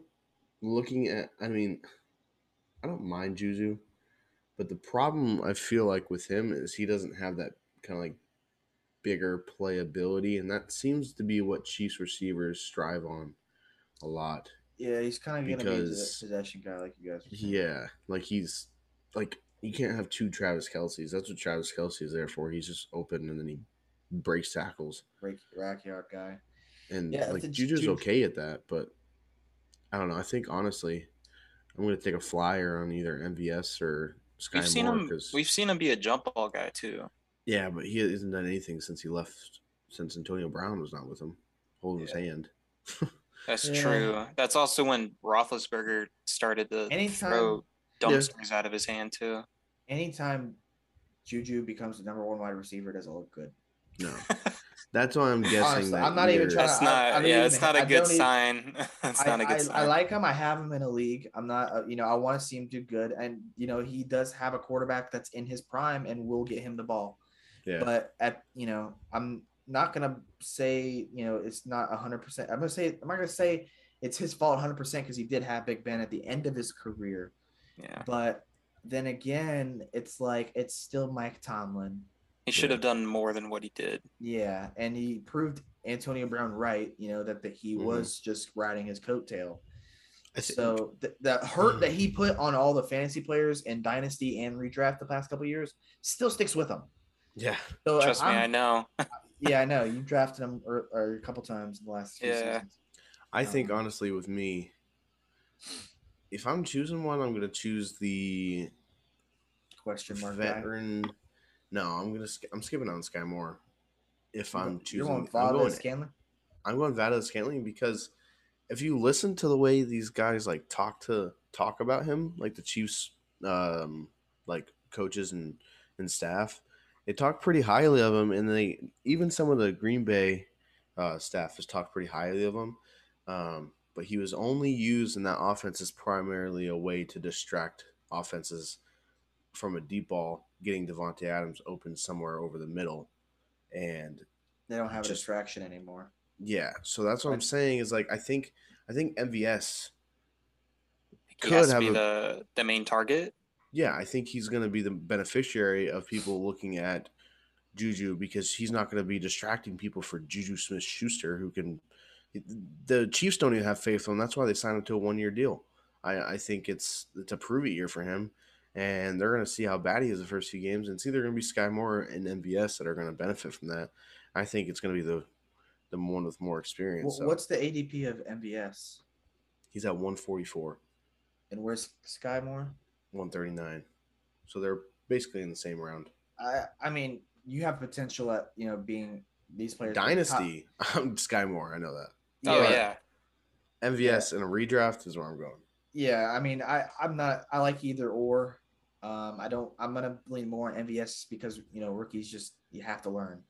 looking at, I mean, I don't mind Juju, but the problem I feel like with him is he doesn't have that kind of like bigger playability, and that seems to be what Chiefs receivers strive on a lot. yeah, he's kind of gonna be the because- possession guy, like you guys. were saying. Yeah, like he's like you can't have two Travis Kelseys. That's what Travis Kelsey is there for. He's just open and then he breaks tackles, break rack yard guy. and Yeah, I like think Juju's Juju- okay at that, but I don't know. I think honestly, I'm gonna take a flyer on either MVS or Sky We've seen Moore him. 'cause- We've seen him be a jump ball guy too. Yeah, but he hasn't done anything since he left. Since Antonio Brown was not with him, holding his hand. (laughs) That's Yeah. true. That's also when Roethlisberger started to Anytime- throw Yeah. dumpsters out of his hand too. Anytime Juju becomes the number one wide receiver, it doesn't look good. No, (laughs) that's why I'm guessing. Honestly, that I'm not even you're- trying to- That's I- I not. don't yeah, even- it's not I a good don't even- sign. (laughs) It's I, not a good I, sign. I like him. I have him in a league. I'm not, uh, you know, I want to see him do good. And, you know, he does have a quarterback that's in his prime and will get him the ball. Yeah. But at, you know, I'm not going to say, you know, it's not 100%. I'm going to say, I'm not going to say it's his fault 100% because he did have Big Ben at the end of his career. yeah, But then again, it's like, it's still Mike Tomlin. he should Yeah. have done more than what he did. Yeah. And he proved Antonio Brown right, you know, that, that he Mhm. was just riding his coattail. I thi- So th- that hurt that he put on all the fantasy players in dynasty and redraft the past couple years still sticks with him. yeah, So if Trust me, I'm- I know. (laughs) yeah, I know you drafted him or, or a couple times in the last few Yeah. seasons. I think Um, honestly, with me, if I'm choosing one, I'm gonna choose the Question mark. guy. veteran. No, I'm gonna. sk- I'm skipping on Sky Moore. If You I'm want- you choosing, want I'm Valdez going. Scanlon? I'm going Valdez Scantling because if you listen to the way these guys like talk to talk about him, like the Chiefs, um, like coaches and and staff, they talk pretty highly of him, and they even some of the Green Bay uh, staff has talked pretty highly of him. Um, but he was only used in that offense as primarily a way to distract offenses from a deep ball, getting Devonte Adams open somewhere over the middle, and They don't have a Just- distraction anymore. yeah, so that's what I'm I- saying is like I think I think MVS He Could has to have be a- the the main target. yeah, I think he's going to be the beneficiary of people looking at Juju because he's not going to be distracting people for Juju Smith Schuster, who can. The Chiefs don't even have faith in him. That's why they signed him to a one year deal. I, I think it's it's a prove it year for him, and they're going to see how bad he is the first few games, and it's either going to be Sky Moore and MVS that are going to benefit from that. I think it's going to be the the one with more experience. Wh- so. What's the ADP of MVS? He's at 144, And where's Sky Moore? 139. So they're basically in the same round. I I mean, you have potential at you know being these players are top- Dynasty. (laughs) I'm Sky Moore. I know that. Oh yeah. yeah. MVS and a redraft is where I'm going. Yeah, I mean, I I'm not I like either or. Um, I don't. I'm gonna lean more on MVS because you know rookies just you have to learn.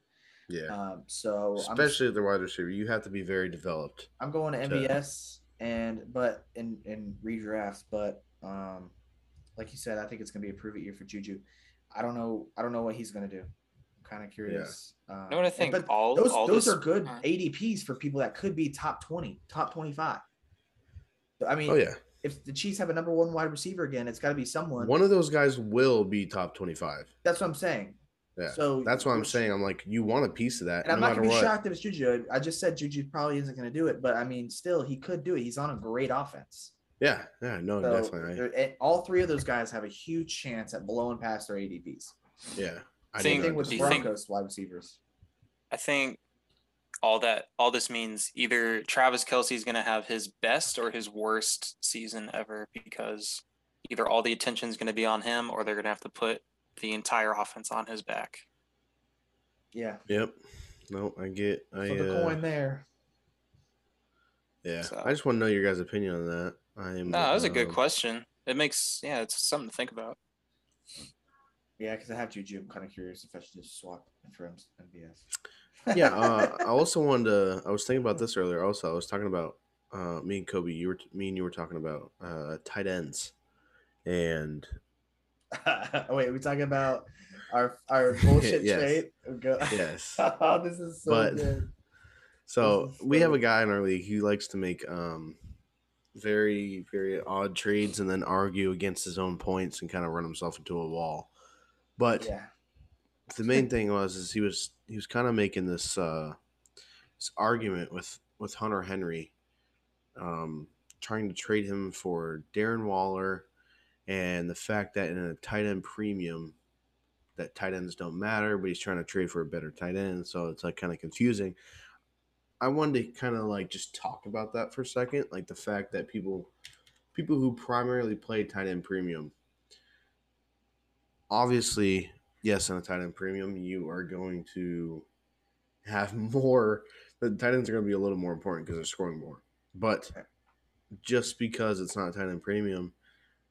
Yeah. Um, so I'm Especially at the wide receiver. You have to be very developed. I'm going to to- MVS and but in in redrafts, but um, like you said, I think it's gonna be a prove it year for Juju. I don't know. I don't know what he's gonna do. I'm kind of curious. Um, You know what I and- think? but all those all those this, are good uh, ADPs for people that could be top twenty, top twenty five. I mean, Oh yeah. if the Chiefs have a number one wide receiver again, it's got to be someone. One of those guys will be top 25. That's what I'm saying. Yeah, So That's why I'm which- saying I'm like you want a piece of that And I'm no not matter gonna be what. shocked if it's Juju. I just said Juju probably isn't gonna do it, but I mean, still, he could do it. He's on a great offense. Yeah, yeah, no, So Oh, definitely. I, there- and all three of those guys have a huge chance at blowing past their ADPs. yeah. I Same do Same not with do the you disagree. think- Broncos wide receivers. I think all that all this means either Travis Kelsey's going to have his best or his worst season ever because either all the attention's going to be on him or they're going to have to put the entire offense on his back. Yeah. Yep. No, I get So I the uh, coin there. Yeah. So- I just want to know your guys' opinion on that. I am No, Ah, that was a good um, question. It makes yeah, it's something to think about. Yeah, because I have Juju. I'm kind of curious if I should just swap him for MVS. yeah, uh, I also wanted to. I was thinking about this earlier. Also, I was talking about uh, me and Kobe. You were me and you were talking about uh, tight ends, (laughs) and (laughs) oh, wait, are we talking about our our (laughs) bullshit Yes. trade? Go- yes. (laughs) oh, this is so But- good. So This is we have a funny. guy in our league who likes to make um, very very odd trades and then argue against his own points and kind of run himself into a wall. But Yeah. the main thing was is he was he was kind of making this uh this argument with with Hunter Henry um trying to trade him for Darren Waller and the fact that in a tight end premium that tight ends don't matter but he's trying to trade for a better tight end so it's like kind of confusing I wanted to kind of like just talk about that for a second like the fact that people people who primarily play tight end premium obviously yes, in a tight end premium, you are going to have (laughs) more. The tight ends are going to be a little more important because they're scoring more. But just because it's not a tight end premium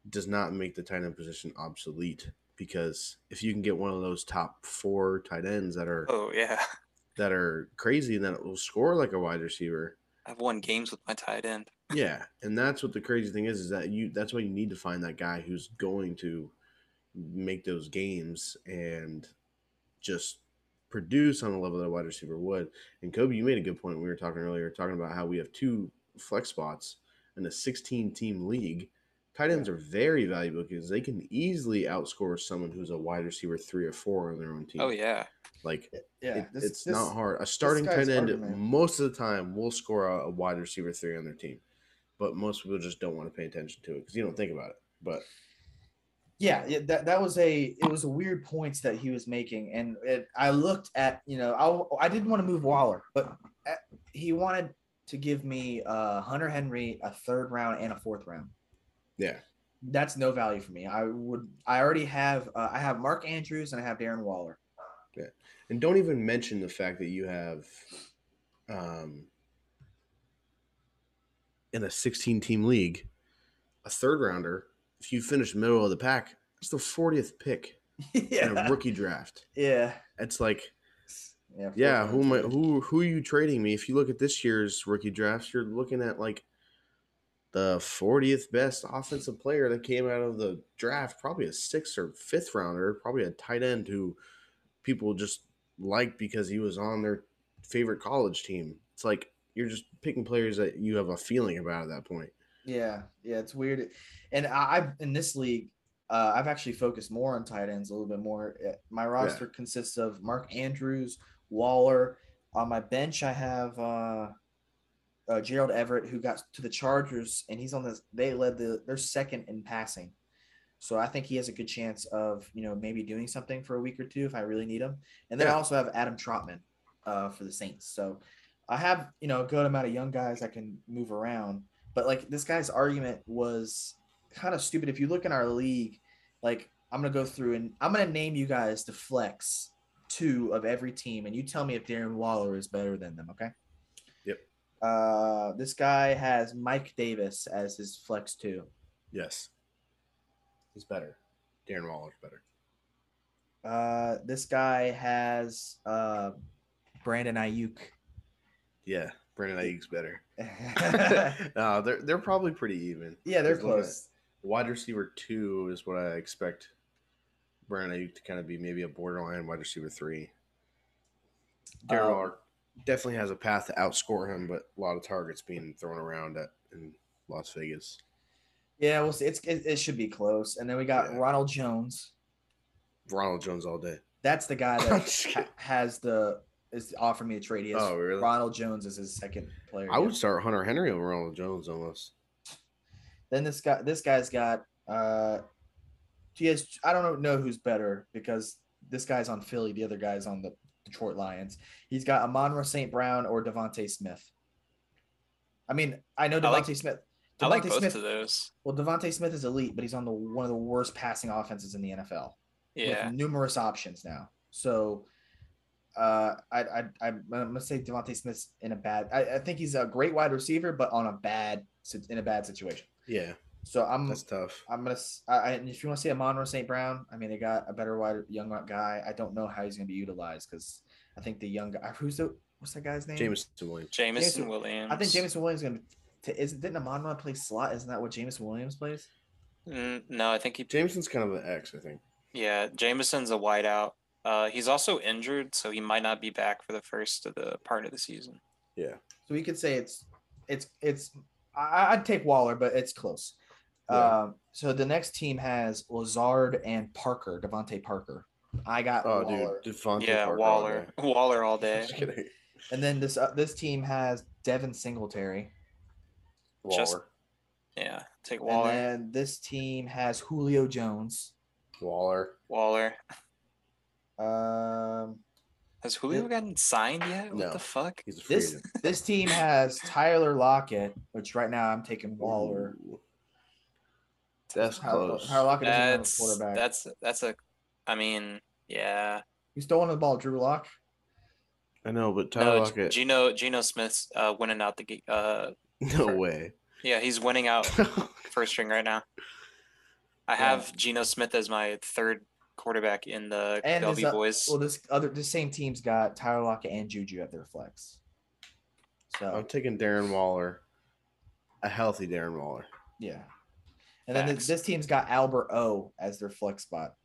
does not make the tight end position obsolete. Because if you can get one of those top four tight ends that are Oh yeah. (laughs) that are crazy, then it will score like a wide receiver. I've won games with my tight end. Yeah, and that's what the crazy thing is is that you that's why you need to find that guy who's going to make those games and just produce on the level that a wide receiver would. And Kobe, you made a good point. We were talking earlier, talking about how we have two flex spots in a 16 team league. Tight ends are very valuable because they can easily outscore someone who's a wide receiver three or four on their own team. Oh yeah. Like Yeah. it- this- it's this- not hard. A starting guy's tight end argument- most of the time will score a, a wide receiver three on their team, but most people just don't want to pay attention to it because you don't think about it. But Yeah, yeah, that, that was a it was a weird points that he was making, and it, I looked at you know I I didn't want to move Waller, but uh, he wanted to give me uh, Hunter Henry a third round and a fourth round. yeah, That's no value for me. I would I already have uh, I have Mark Andrews and I have Darren Waller. (laughs) and don't even mention the fact that you have, um, in a 16 team league, a third rounder. If you finish middle of the pack, it's the 40th pick in a yeah, rookie draft. yeah, It's like yeah, fourth Yeah, round who am I, too. who who are you trading me? If you look at this year's rookie drafts, you're looking at like the 40th best offensive player that came out of the draft, probably a sixth or fifth rounder, probably a tight end who people just like because he was on their favorite college team. It's like you're just picking players that you have a feeling about at that point. Yeah, yeah, it's weird. And I, I've in this league, Uh, I've actually focused more on tight ends a little bit more. Uh, My roster consists of Mark Andrews, Waller. On my bench, I have uh, uh, Gerald Everett, who got to the Chargers, and he's on this. They led the they're second in passing, so I think he has a good chance of you know maybe doing something for a week or two if I really need him. And then I Yeah. also have Adam Trotman uh, for the Saints. So I have you know a good amount of young guys I can move around. But like this guy's argument was kind of stupid. If you look in our league, like I'm gonna go through and I'm gonna name you guys the flex two of every team, and you tell me if Darren Waller is better than them. Okay. Yep. Uh, this guy has Mike Davis as his flex two. Yes. He's better. Darren Waller's better. Uh, this guy has uh, Brandon Ayuk. (laughs) Yeah. Brandon Ayuk's (laughs) better. no, they're they're probably pretty even. yeah, they're Just looking at- close. Wide receiver two is what I expect Brandon Ayuk to kind of be maybe a borderline wide receiver three. Darren Um, Waller definitely has a path to outscore him, but a lot of targets being thrown around at in Las Vegas. Yeah, we'll see. It's it, it should be close. And then we got Yeah. Ronald Jones. Ronald Jones all day. That's the (laughs) guy I'm that just ha- kidding. has the is offering me a trade. He has Oh, really? Ronald Jones is his second player. I yeah. would start Hunter Henry over Ronald Jones almost. Then this guy, this guy's got. uh He has. I don't know who's better because this guy's on Philly. The other guy's on the Detroit Lions. He's got Amonra St. Brown or Devonte Smith. I mean, I know I Devonte like- Smith. I like Devontae both Smith. of those. Well, Devonte Smith is elite, but he's on the one of the worst passing offenses in the NFL Yeah. with numerous options now. So uh, I, I, I, I'm gonna say Devonte Smith's in a bad. I, I think he's a great wide receiver, but on a bad sit- in a bad situation. Yeah, So I'm that's tough. I'm gonna. s- I, I- and if you want to see Amonra St. Brown, I mean, they got a better wide young guy. I don't know how he's gonna be utilized because I think the young guy who's the what's that guy's name? Jameson Williams. Jamison Jameson- Williams. I think Jamison Williams gonna. T- is didn't Amonra play slot? Isn't that what Jamison Williams plays? Mm, no, I think he. Jameson's kind of an X, I think. Yeah, Jameson's a wideout. Uh, he's also injured, so he might not be back for the first of the part of the season. Yeah. So we could say it's it's it's. I, I'd take Waller, but it's close. Yeah. Um, so the next team has Lazard and Parker, Devontae Parker. I got Oh, Waller. dude, Devontae yeah, Parker all Waller. day. (laughs) (laughs) Waller all day. (laughs) Just kidding. and then this uh, this team has Devin Singletary. Waller. Just- Yeah, take Waller. And then this team has Julio Jones. Waller. Waller. Um, Has Julio Yeah. gotten signed yet? What No. the fuck? He's a free this agent. this team has Tyler Lockett, which right now I'm taking Waller. Ooh. That's Tyler, close. Tyler Lockett doesn't have a That's quarterback. that's that's a. I mean, yeah. He's throwing the ball, Drew Lock. I know, but Tyler No, G- Lockett. Gino Gino Smith's uh, winning out the. ga- Uh, (laughs) no (laughs) way. yeah, he's winning out first string right now. I Yeah. have Geno Smith as my third quarterback in the And his, LV uh, boys. Well, this other the same team's got Tyler Lockett and Juju at their flex. So I'm taking Darren Waller. A healthy Darren Waller. yeah, and then th- Facts. this team's got Albert O as their flex spot.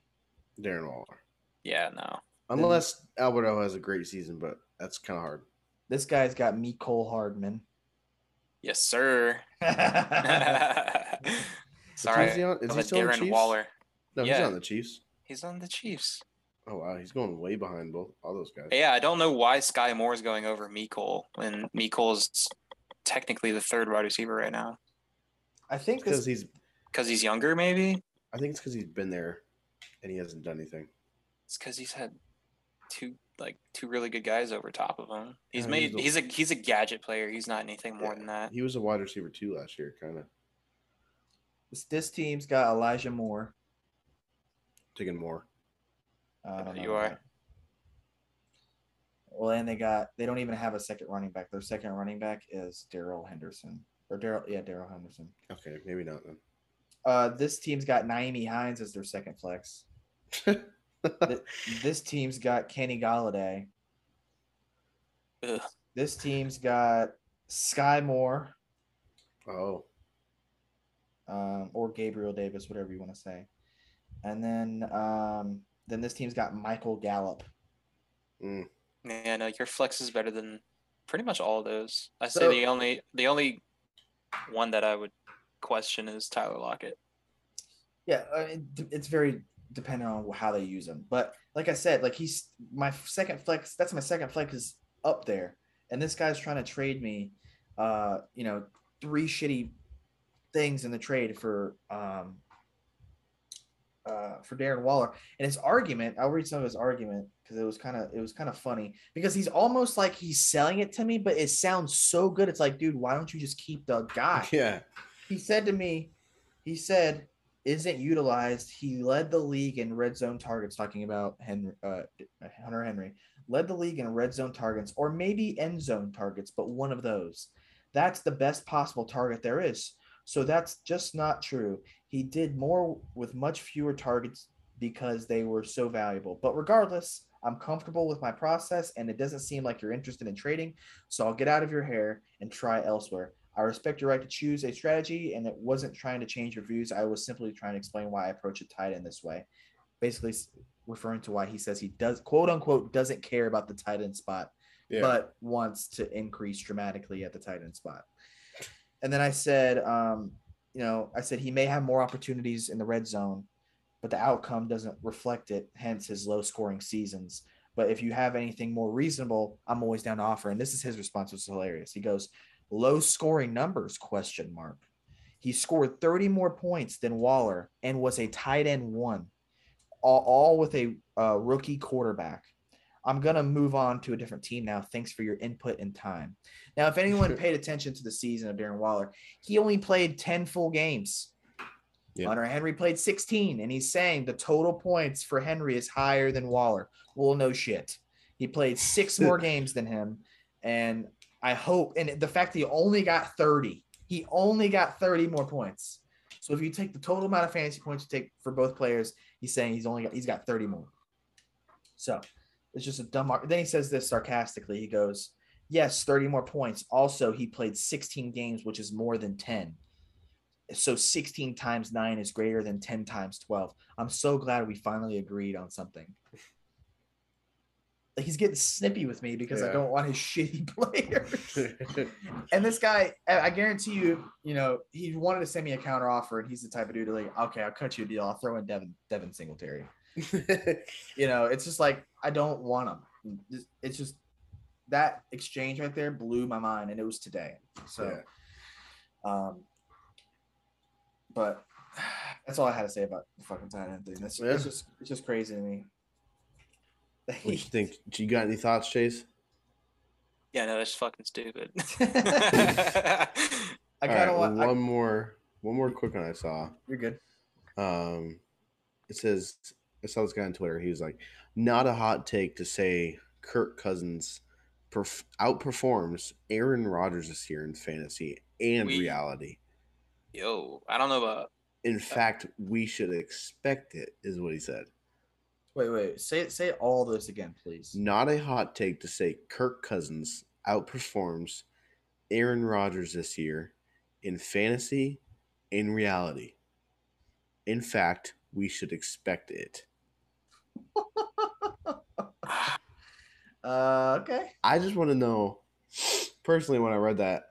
Darren Waller. yeah, no. Unless Alberto has a great season, but that's kind of hard. This guy's got Nicole (laughs) Hardman. Yes, sir. (laughs) (laughs) Sorry. Is he, on, is I'm he a still on the Darren Chiefs? Waller. No, he's Yeah. not on the Chiefs. He's on the Chiefs. Oh wow, he's going way behind both all those guys. Yeah, I don't know why Sky Moore is going over Mecole when Mecole's technically the third wide receiver right now. I think because this. he's. Because he's younger, maybe? I think it's because he's been there, and he hasn't done anything. It's because he's had two like two really good guys over top of him. He's Yeah, he's made the- he's a he's a gadget player. He's not anything more Yeah. than that. He was a wide receiver too last year, kind of This, this team's got Elijah Moore. taking more. I don't know You are. about- Well, and they got they don't even have a second running back. Their second running back is Daryl Henderson or Daryl yeah Daryl Henderson. Okay, maybe not (laughs) then. (laughs) Uh, this team's got Naomi Hines as their second flex. Th- this team's got Kenny Galladay. Ugh. This team's got Sky Moore Oh, um, or Gabriel Davis, whatever you want to say. And then um, then this team's got Michael Gallup. Yeah, no, your flex is better than pretty much all of those. I say So- the only the only one that I would question is Tyler Lockett. Yeah, I mean, d- it's very dependent on how they use him. But like I said, like he's my second flex. That's my second flex is up there, and this guy's trying to trade me, uh, you know, three shitty things in the trade for um uh for Darren Waller. And his argument, I'll read some of his argument because it was kind of it was kind of funny because he's almost like he's selling it to me, but it sounds so good. It's like, dude, why don't you just keep the guy? Yeah. he said to me, he said, isn't utilized. He led the league in red zone targets, talking about Henry, uh, Hunter Henry, led the league in red zone targets or maybe end zone targets, but one of those. That's the best possible target there is. So that's just not true. He did more with much fewer targets because they were so valuable. But regardless, I'm comfortable with my process and it doesn't seem like you're interested in trading. So I'll get out of your hair and try elsewhere. I respect your right to choose a strategy, and it wasn't trying to change your views. I was simply trying to explain why I approach a tight end this way. Basically, s- referring to why he says he does, quote unquote, doesn't care about the tight end spot, Yeah. (laughs) but (laughs) wants to increase dramatically at the tight end spot. And then I said, um, you know, I said he may have more opportunities in the red zone, but the outcome doesn't reflect it, hence his low scoring seasons. But if you have anything more reasonable, I'm always down to offer. And this is his response, which is hilarious. He goes, low scoring numbers question mark he scored 30 more points than waller and was a tight end one all, all with a uh, rookie quarterback i'm going to move on to a different team now thanks for your input and time now if anyone paid attention to the season of darren waller he only played 10 full games Yeah. hunter henry played 16 and he's saying the total points for henry is higher than waller well no shit he played six more games than him and I hope, and the fact that he only got 30, he only got 30 more points. So if you take the total amount of fantasy points you take for both players, he's saying he's only got he's got 30 more. So it's just a dumb. ar- Then he says this sarcastically. He goes, "Yes, 30 more points. Also, he played 16 games, which is more than 10. So 16 times nine is greater than 10 times 12. I'm so glad we finally agreed on something." Like he's getting snippy with me because I Yeah. don't want his (laughs) shitty (laughs) players. And this guy, I I guarantee you, you know, he wanted to send me a counter offer, and he's the type of dude to like, okay, I'll cut you a deal. I'll throw in Devin Devin Singletary. You know, it's just like I don't want him. Just- It's just that exchange right there blew my mind, and it was today. So, Yeah. um, but that's all I had to say about the fucking tight end thing. That's Yeah. it's just it's just crazy to me. what you think? Do you got any thoughts, Chase? Yeah, no, that's fucking stupid. (laughs) (laughs) I I kind of want. (laughs) I- one more, one more quick one I saw. you're good. Um, it says I saw this guy on Twitter. He was like, "Not a hot take to say Kirk Cousins perf- outperforms Aaron Rodgers this year in fantasy and We- reality. Yo, I don't know about (sighs) In fact, we should expect it," is what he said. Wait, wait. Say say all those again, please. Not a hot take to say Kirk Cousins outperforms Aaron Rodgers this year in fantasy and reality. In fact, we should expect it. Uh, okay. I just want to know personally when I read that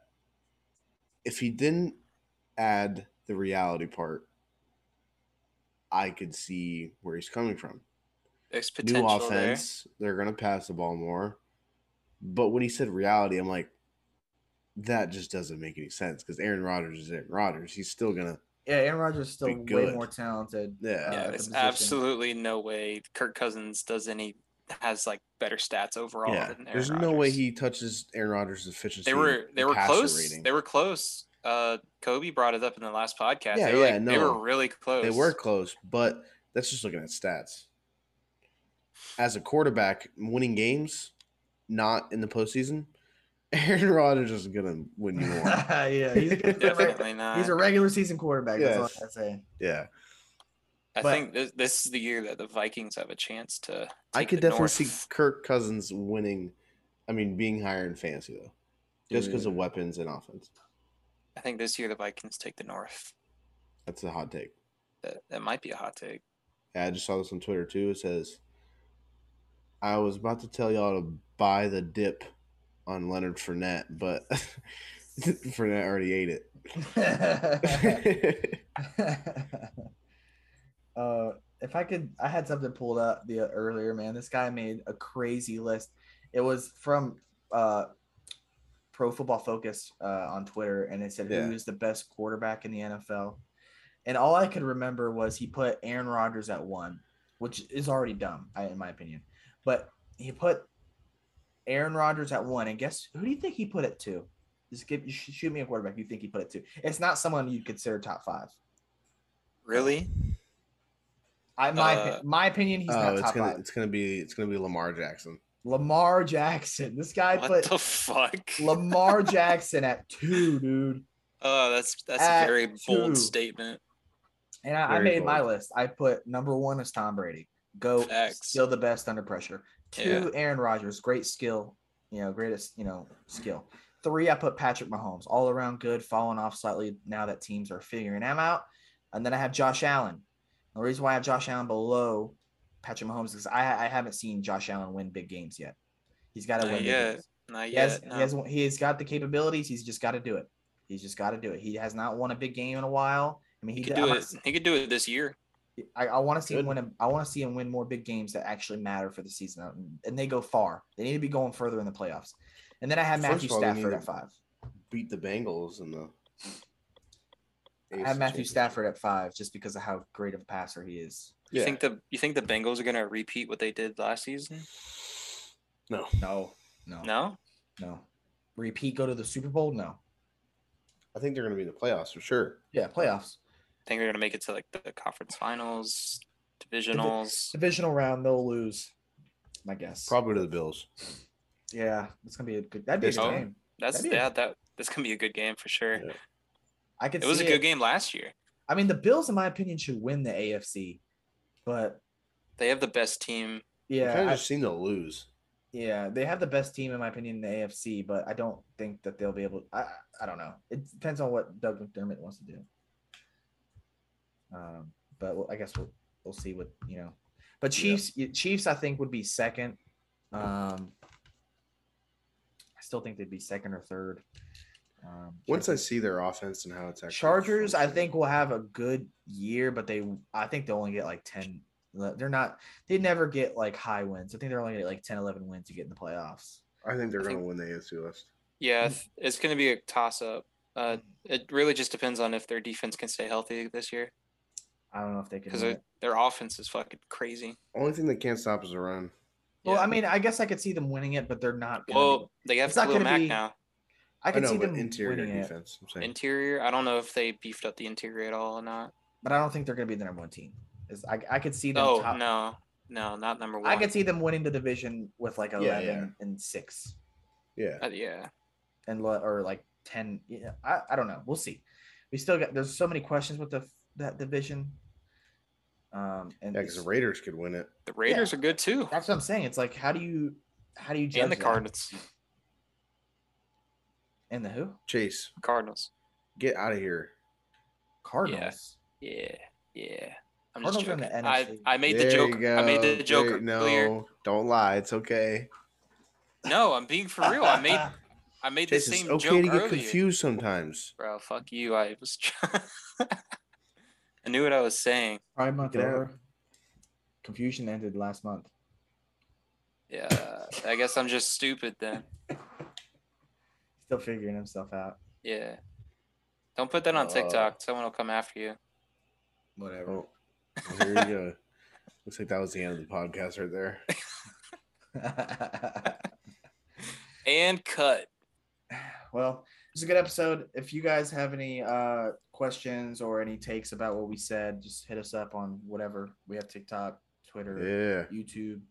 if he didn't add the reality part, I could see where he's coming from. there's New potential offense, they're going to pass the ball more. But when he said reality, I'm like, that just doesn't make any sense because Aaron Rodgers is Aaron Rodgers. He's still going to, Yeah, Aaron Rodgers is still Be way good. more talented. yeah. there. uh, Yeah, the there's position. absolutely no way Kirk Cousins does any has like better stats overall. yeah. than Aaron There's no way Rodgers. he touches Aaron Rodgers' efficiency. They were they and were passer close. rating. They were close. Uh, Kobe brought it up in the last podcast. Yeah, they were yeah, like, they no. were really close. They (laughs) were close, but that's just looking at stats. As a quarterback, winning games, not in the postseason, (laughs) Aaron Rodgers is gonna win (laughs) you (laughs) more. yeah, he's, good for reg- definitely not. he's a regular season quarterback. That's Yes. all I gotta say. yeah, I but- think this, this is the year that the Vikings have a chance to. Take I could the definitely see North. Kirk Cousins winning. I mean, being higher in fantasy though, just because Mm. of weapons and offense. I think this year the Vikings take the North. That's a hot take. That that might be a hot take. Yeah, I just saw this on Twitter too. It says, "I was about to tell y'all to buy the dip on Leonard Fournette, but (laughs) (laughs) Fournette already ate it." (laughs) Uh, if I could, I had something pulled up the earlier man. This guy made a crazy list. It was from uh, Pro Football Focus uh, on Twitter, and it said Yeah. who is the best quarterback in the NFL. And all I could remember was he put Aaron Rodgers at one, which is already dumb, I, in my opinion. But he put Aaron Rodgers at one, and guess who do you think he put at two? Just give sh- shoot me a quarterback you think he put at two. It's not someone you'd consider top five. Really? I my Uh, opi- my opinion, (laughs) he's (laughs) oh, not it's top gonna five. it's gonna be it's gonna be Lamar Jackson. Lamar Jackson. This guy what put the fuck? Lamar Jackson at two, dude. Oh, that's that's At a very two. bold statement. And I, I Very made my bold. list. I put number one is Tom Brady. Go Facts. still the best under pressure. Two, Yeah. Aaron Rodgers, great skill, you know, greatest, you know, skill. Three, I put Patrick Mahomes, all around good, falling off slightly now that teams are figuring him out. And then I have Josh Allen. The reason why I have Josh Allen below Patrick Mahomes is I, I haven't seen Josh Allen win big games yet. He's got to Not win. big yet. games. Not He has, yet. he no. has he has got the capabilities. He's just got to do it. He's just got to do it. He has not won a big game in a while. I mean, He he, could did, I'm do not it. He could do it this year. I, I want to see him Good. win. a- I want to see him win more big games that actually matter for the season, and- and they go far. They need to be going further in the playoffs. And then I had First Matthew of all, they Stafford need at to- five. Beat the Bengals and the. I had Matthew Stafford at five just because of how great of a passer he is. You Yeah. think the you think the Bengals are gonna repeat what they did last season? No, No, no, no. No. Repeat, go to the Super Bowl. No, I think they're gonna be in the playoffs for sure. yeah, playoffs, I think they're gonna make it to like the conference finals, divisionals. divisional round, they'll lose. My guess. Probably to the Bills. Yeah, it's gonna be a good. That'd be a This good time? game. That's That'd be a- yeah. That that's gonna be a good game for sure. Yeah. I could. It was see a good game last year. I mean, the Bills, in my opinion, should win the AFC, but They have the best team. I kind yeah, of I- just seem to lose. Yeah, they have the best team in my opinion in the AFC, but I don't think that they'll be able. I I don't know. It depends on what Doug McDermott wants to do. Um, but we'll, I guess we'll we'll see what you know. But Yeah. Chiefs, y- Chiefs, I think would be second. Um, I still think they'd be second or third. Um, Once I see their offense and how it's actually Chargers, I functioning. think will have a good year, but they I think they'll only get like 10 they're not they never get like high wins. I think they're only gonna get like 10 11 wins to get in the playoffs. I think they're I going to think- win the AFC West. Yeah, Mm. th- it's gonna be a toss up. Uh, it really just depends on if their defense can stay healthy this year I don't know if they can because do it. their offense is fucking crazy. Only thing they can't stop is the run. Well, Yeah. I mean, I guess I could see them winning it, but they're not gonna Well, be- they have It's not Khalil gonna Mack be- now. I I, could know, see but them interior winning it, defense. I'm saying. Interior, I don't know if they beefed up the interior at all or not. but I don't think they're gonna be the number one team. Is I I could see them Oh top, no, no, not number one. I could see them winning the division with like Yeah, eleven and six yeah, Uh, yeah, and le- or like ten. Yeah, I I don't know. We'll see. We still got there's so many questions with the that division. Um, and because the Raiders could win it. the Raiders Yeah. are good too, that's what I'm saying. It's like how do you how do you judge and the that? Cardinals. and the who Chase, Cardinals. get out of here. Cardinals. Yeah, yeah. I'm Cardinals are in the joking. I, NFC. I made the There joke. you I made go. the joke There- earlier. no, don't lie. It's okay. No, I'm being for real. I (laughs) made I made Chase, the it's same okay to joke get earlier. confused sometimes. Bro, fuck you. I was. try- (laughs) I knew what I was saying. Pride month Get out. over. Confusion ended last month. Yeah, I guess I'm just stupid then. Still figuring himself out. (laughs) Yeah. Don't put that on Uh, TikTok. Someone will come after you. Whatever. Oh, well, here you go. (laughs) Looks like that was the end of the podcast right there. And cut. well, it's a good episode. If you guys have any uh, questions or any takes about what we said, just hit us up on whatever. We have TikTok, Twitter, (laughs) Yeah. YouTube.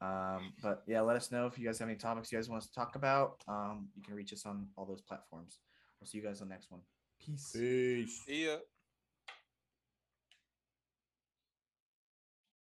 Um, but yeah, let us know if you guys have any topics you guys want us to talk about. Um, you can reach us on all those platforms. We'll see you guys on the next one. Peace. Peace. See ya.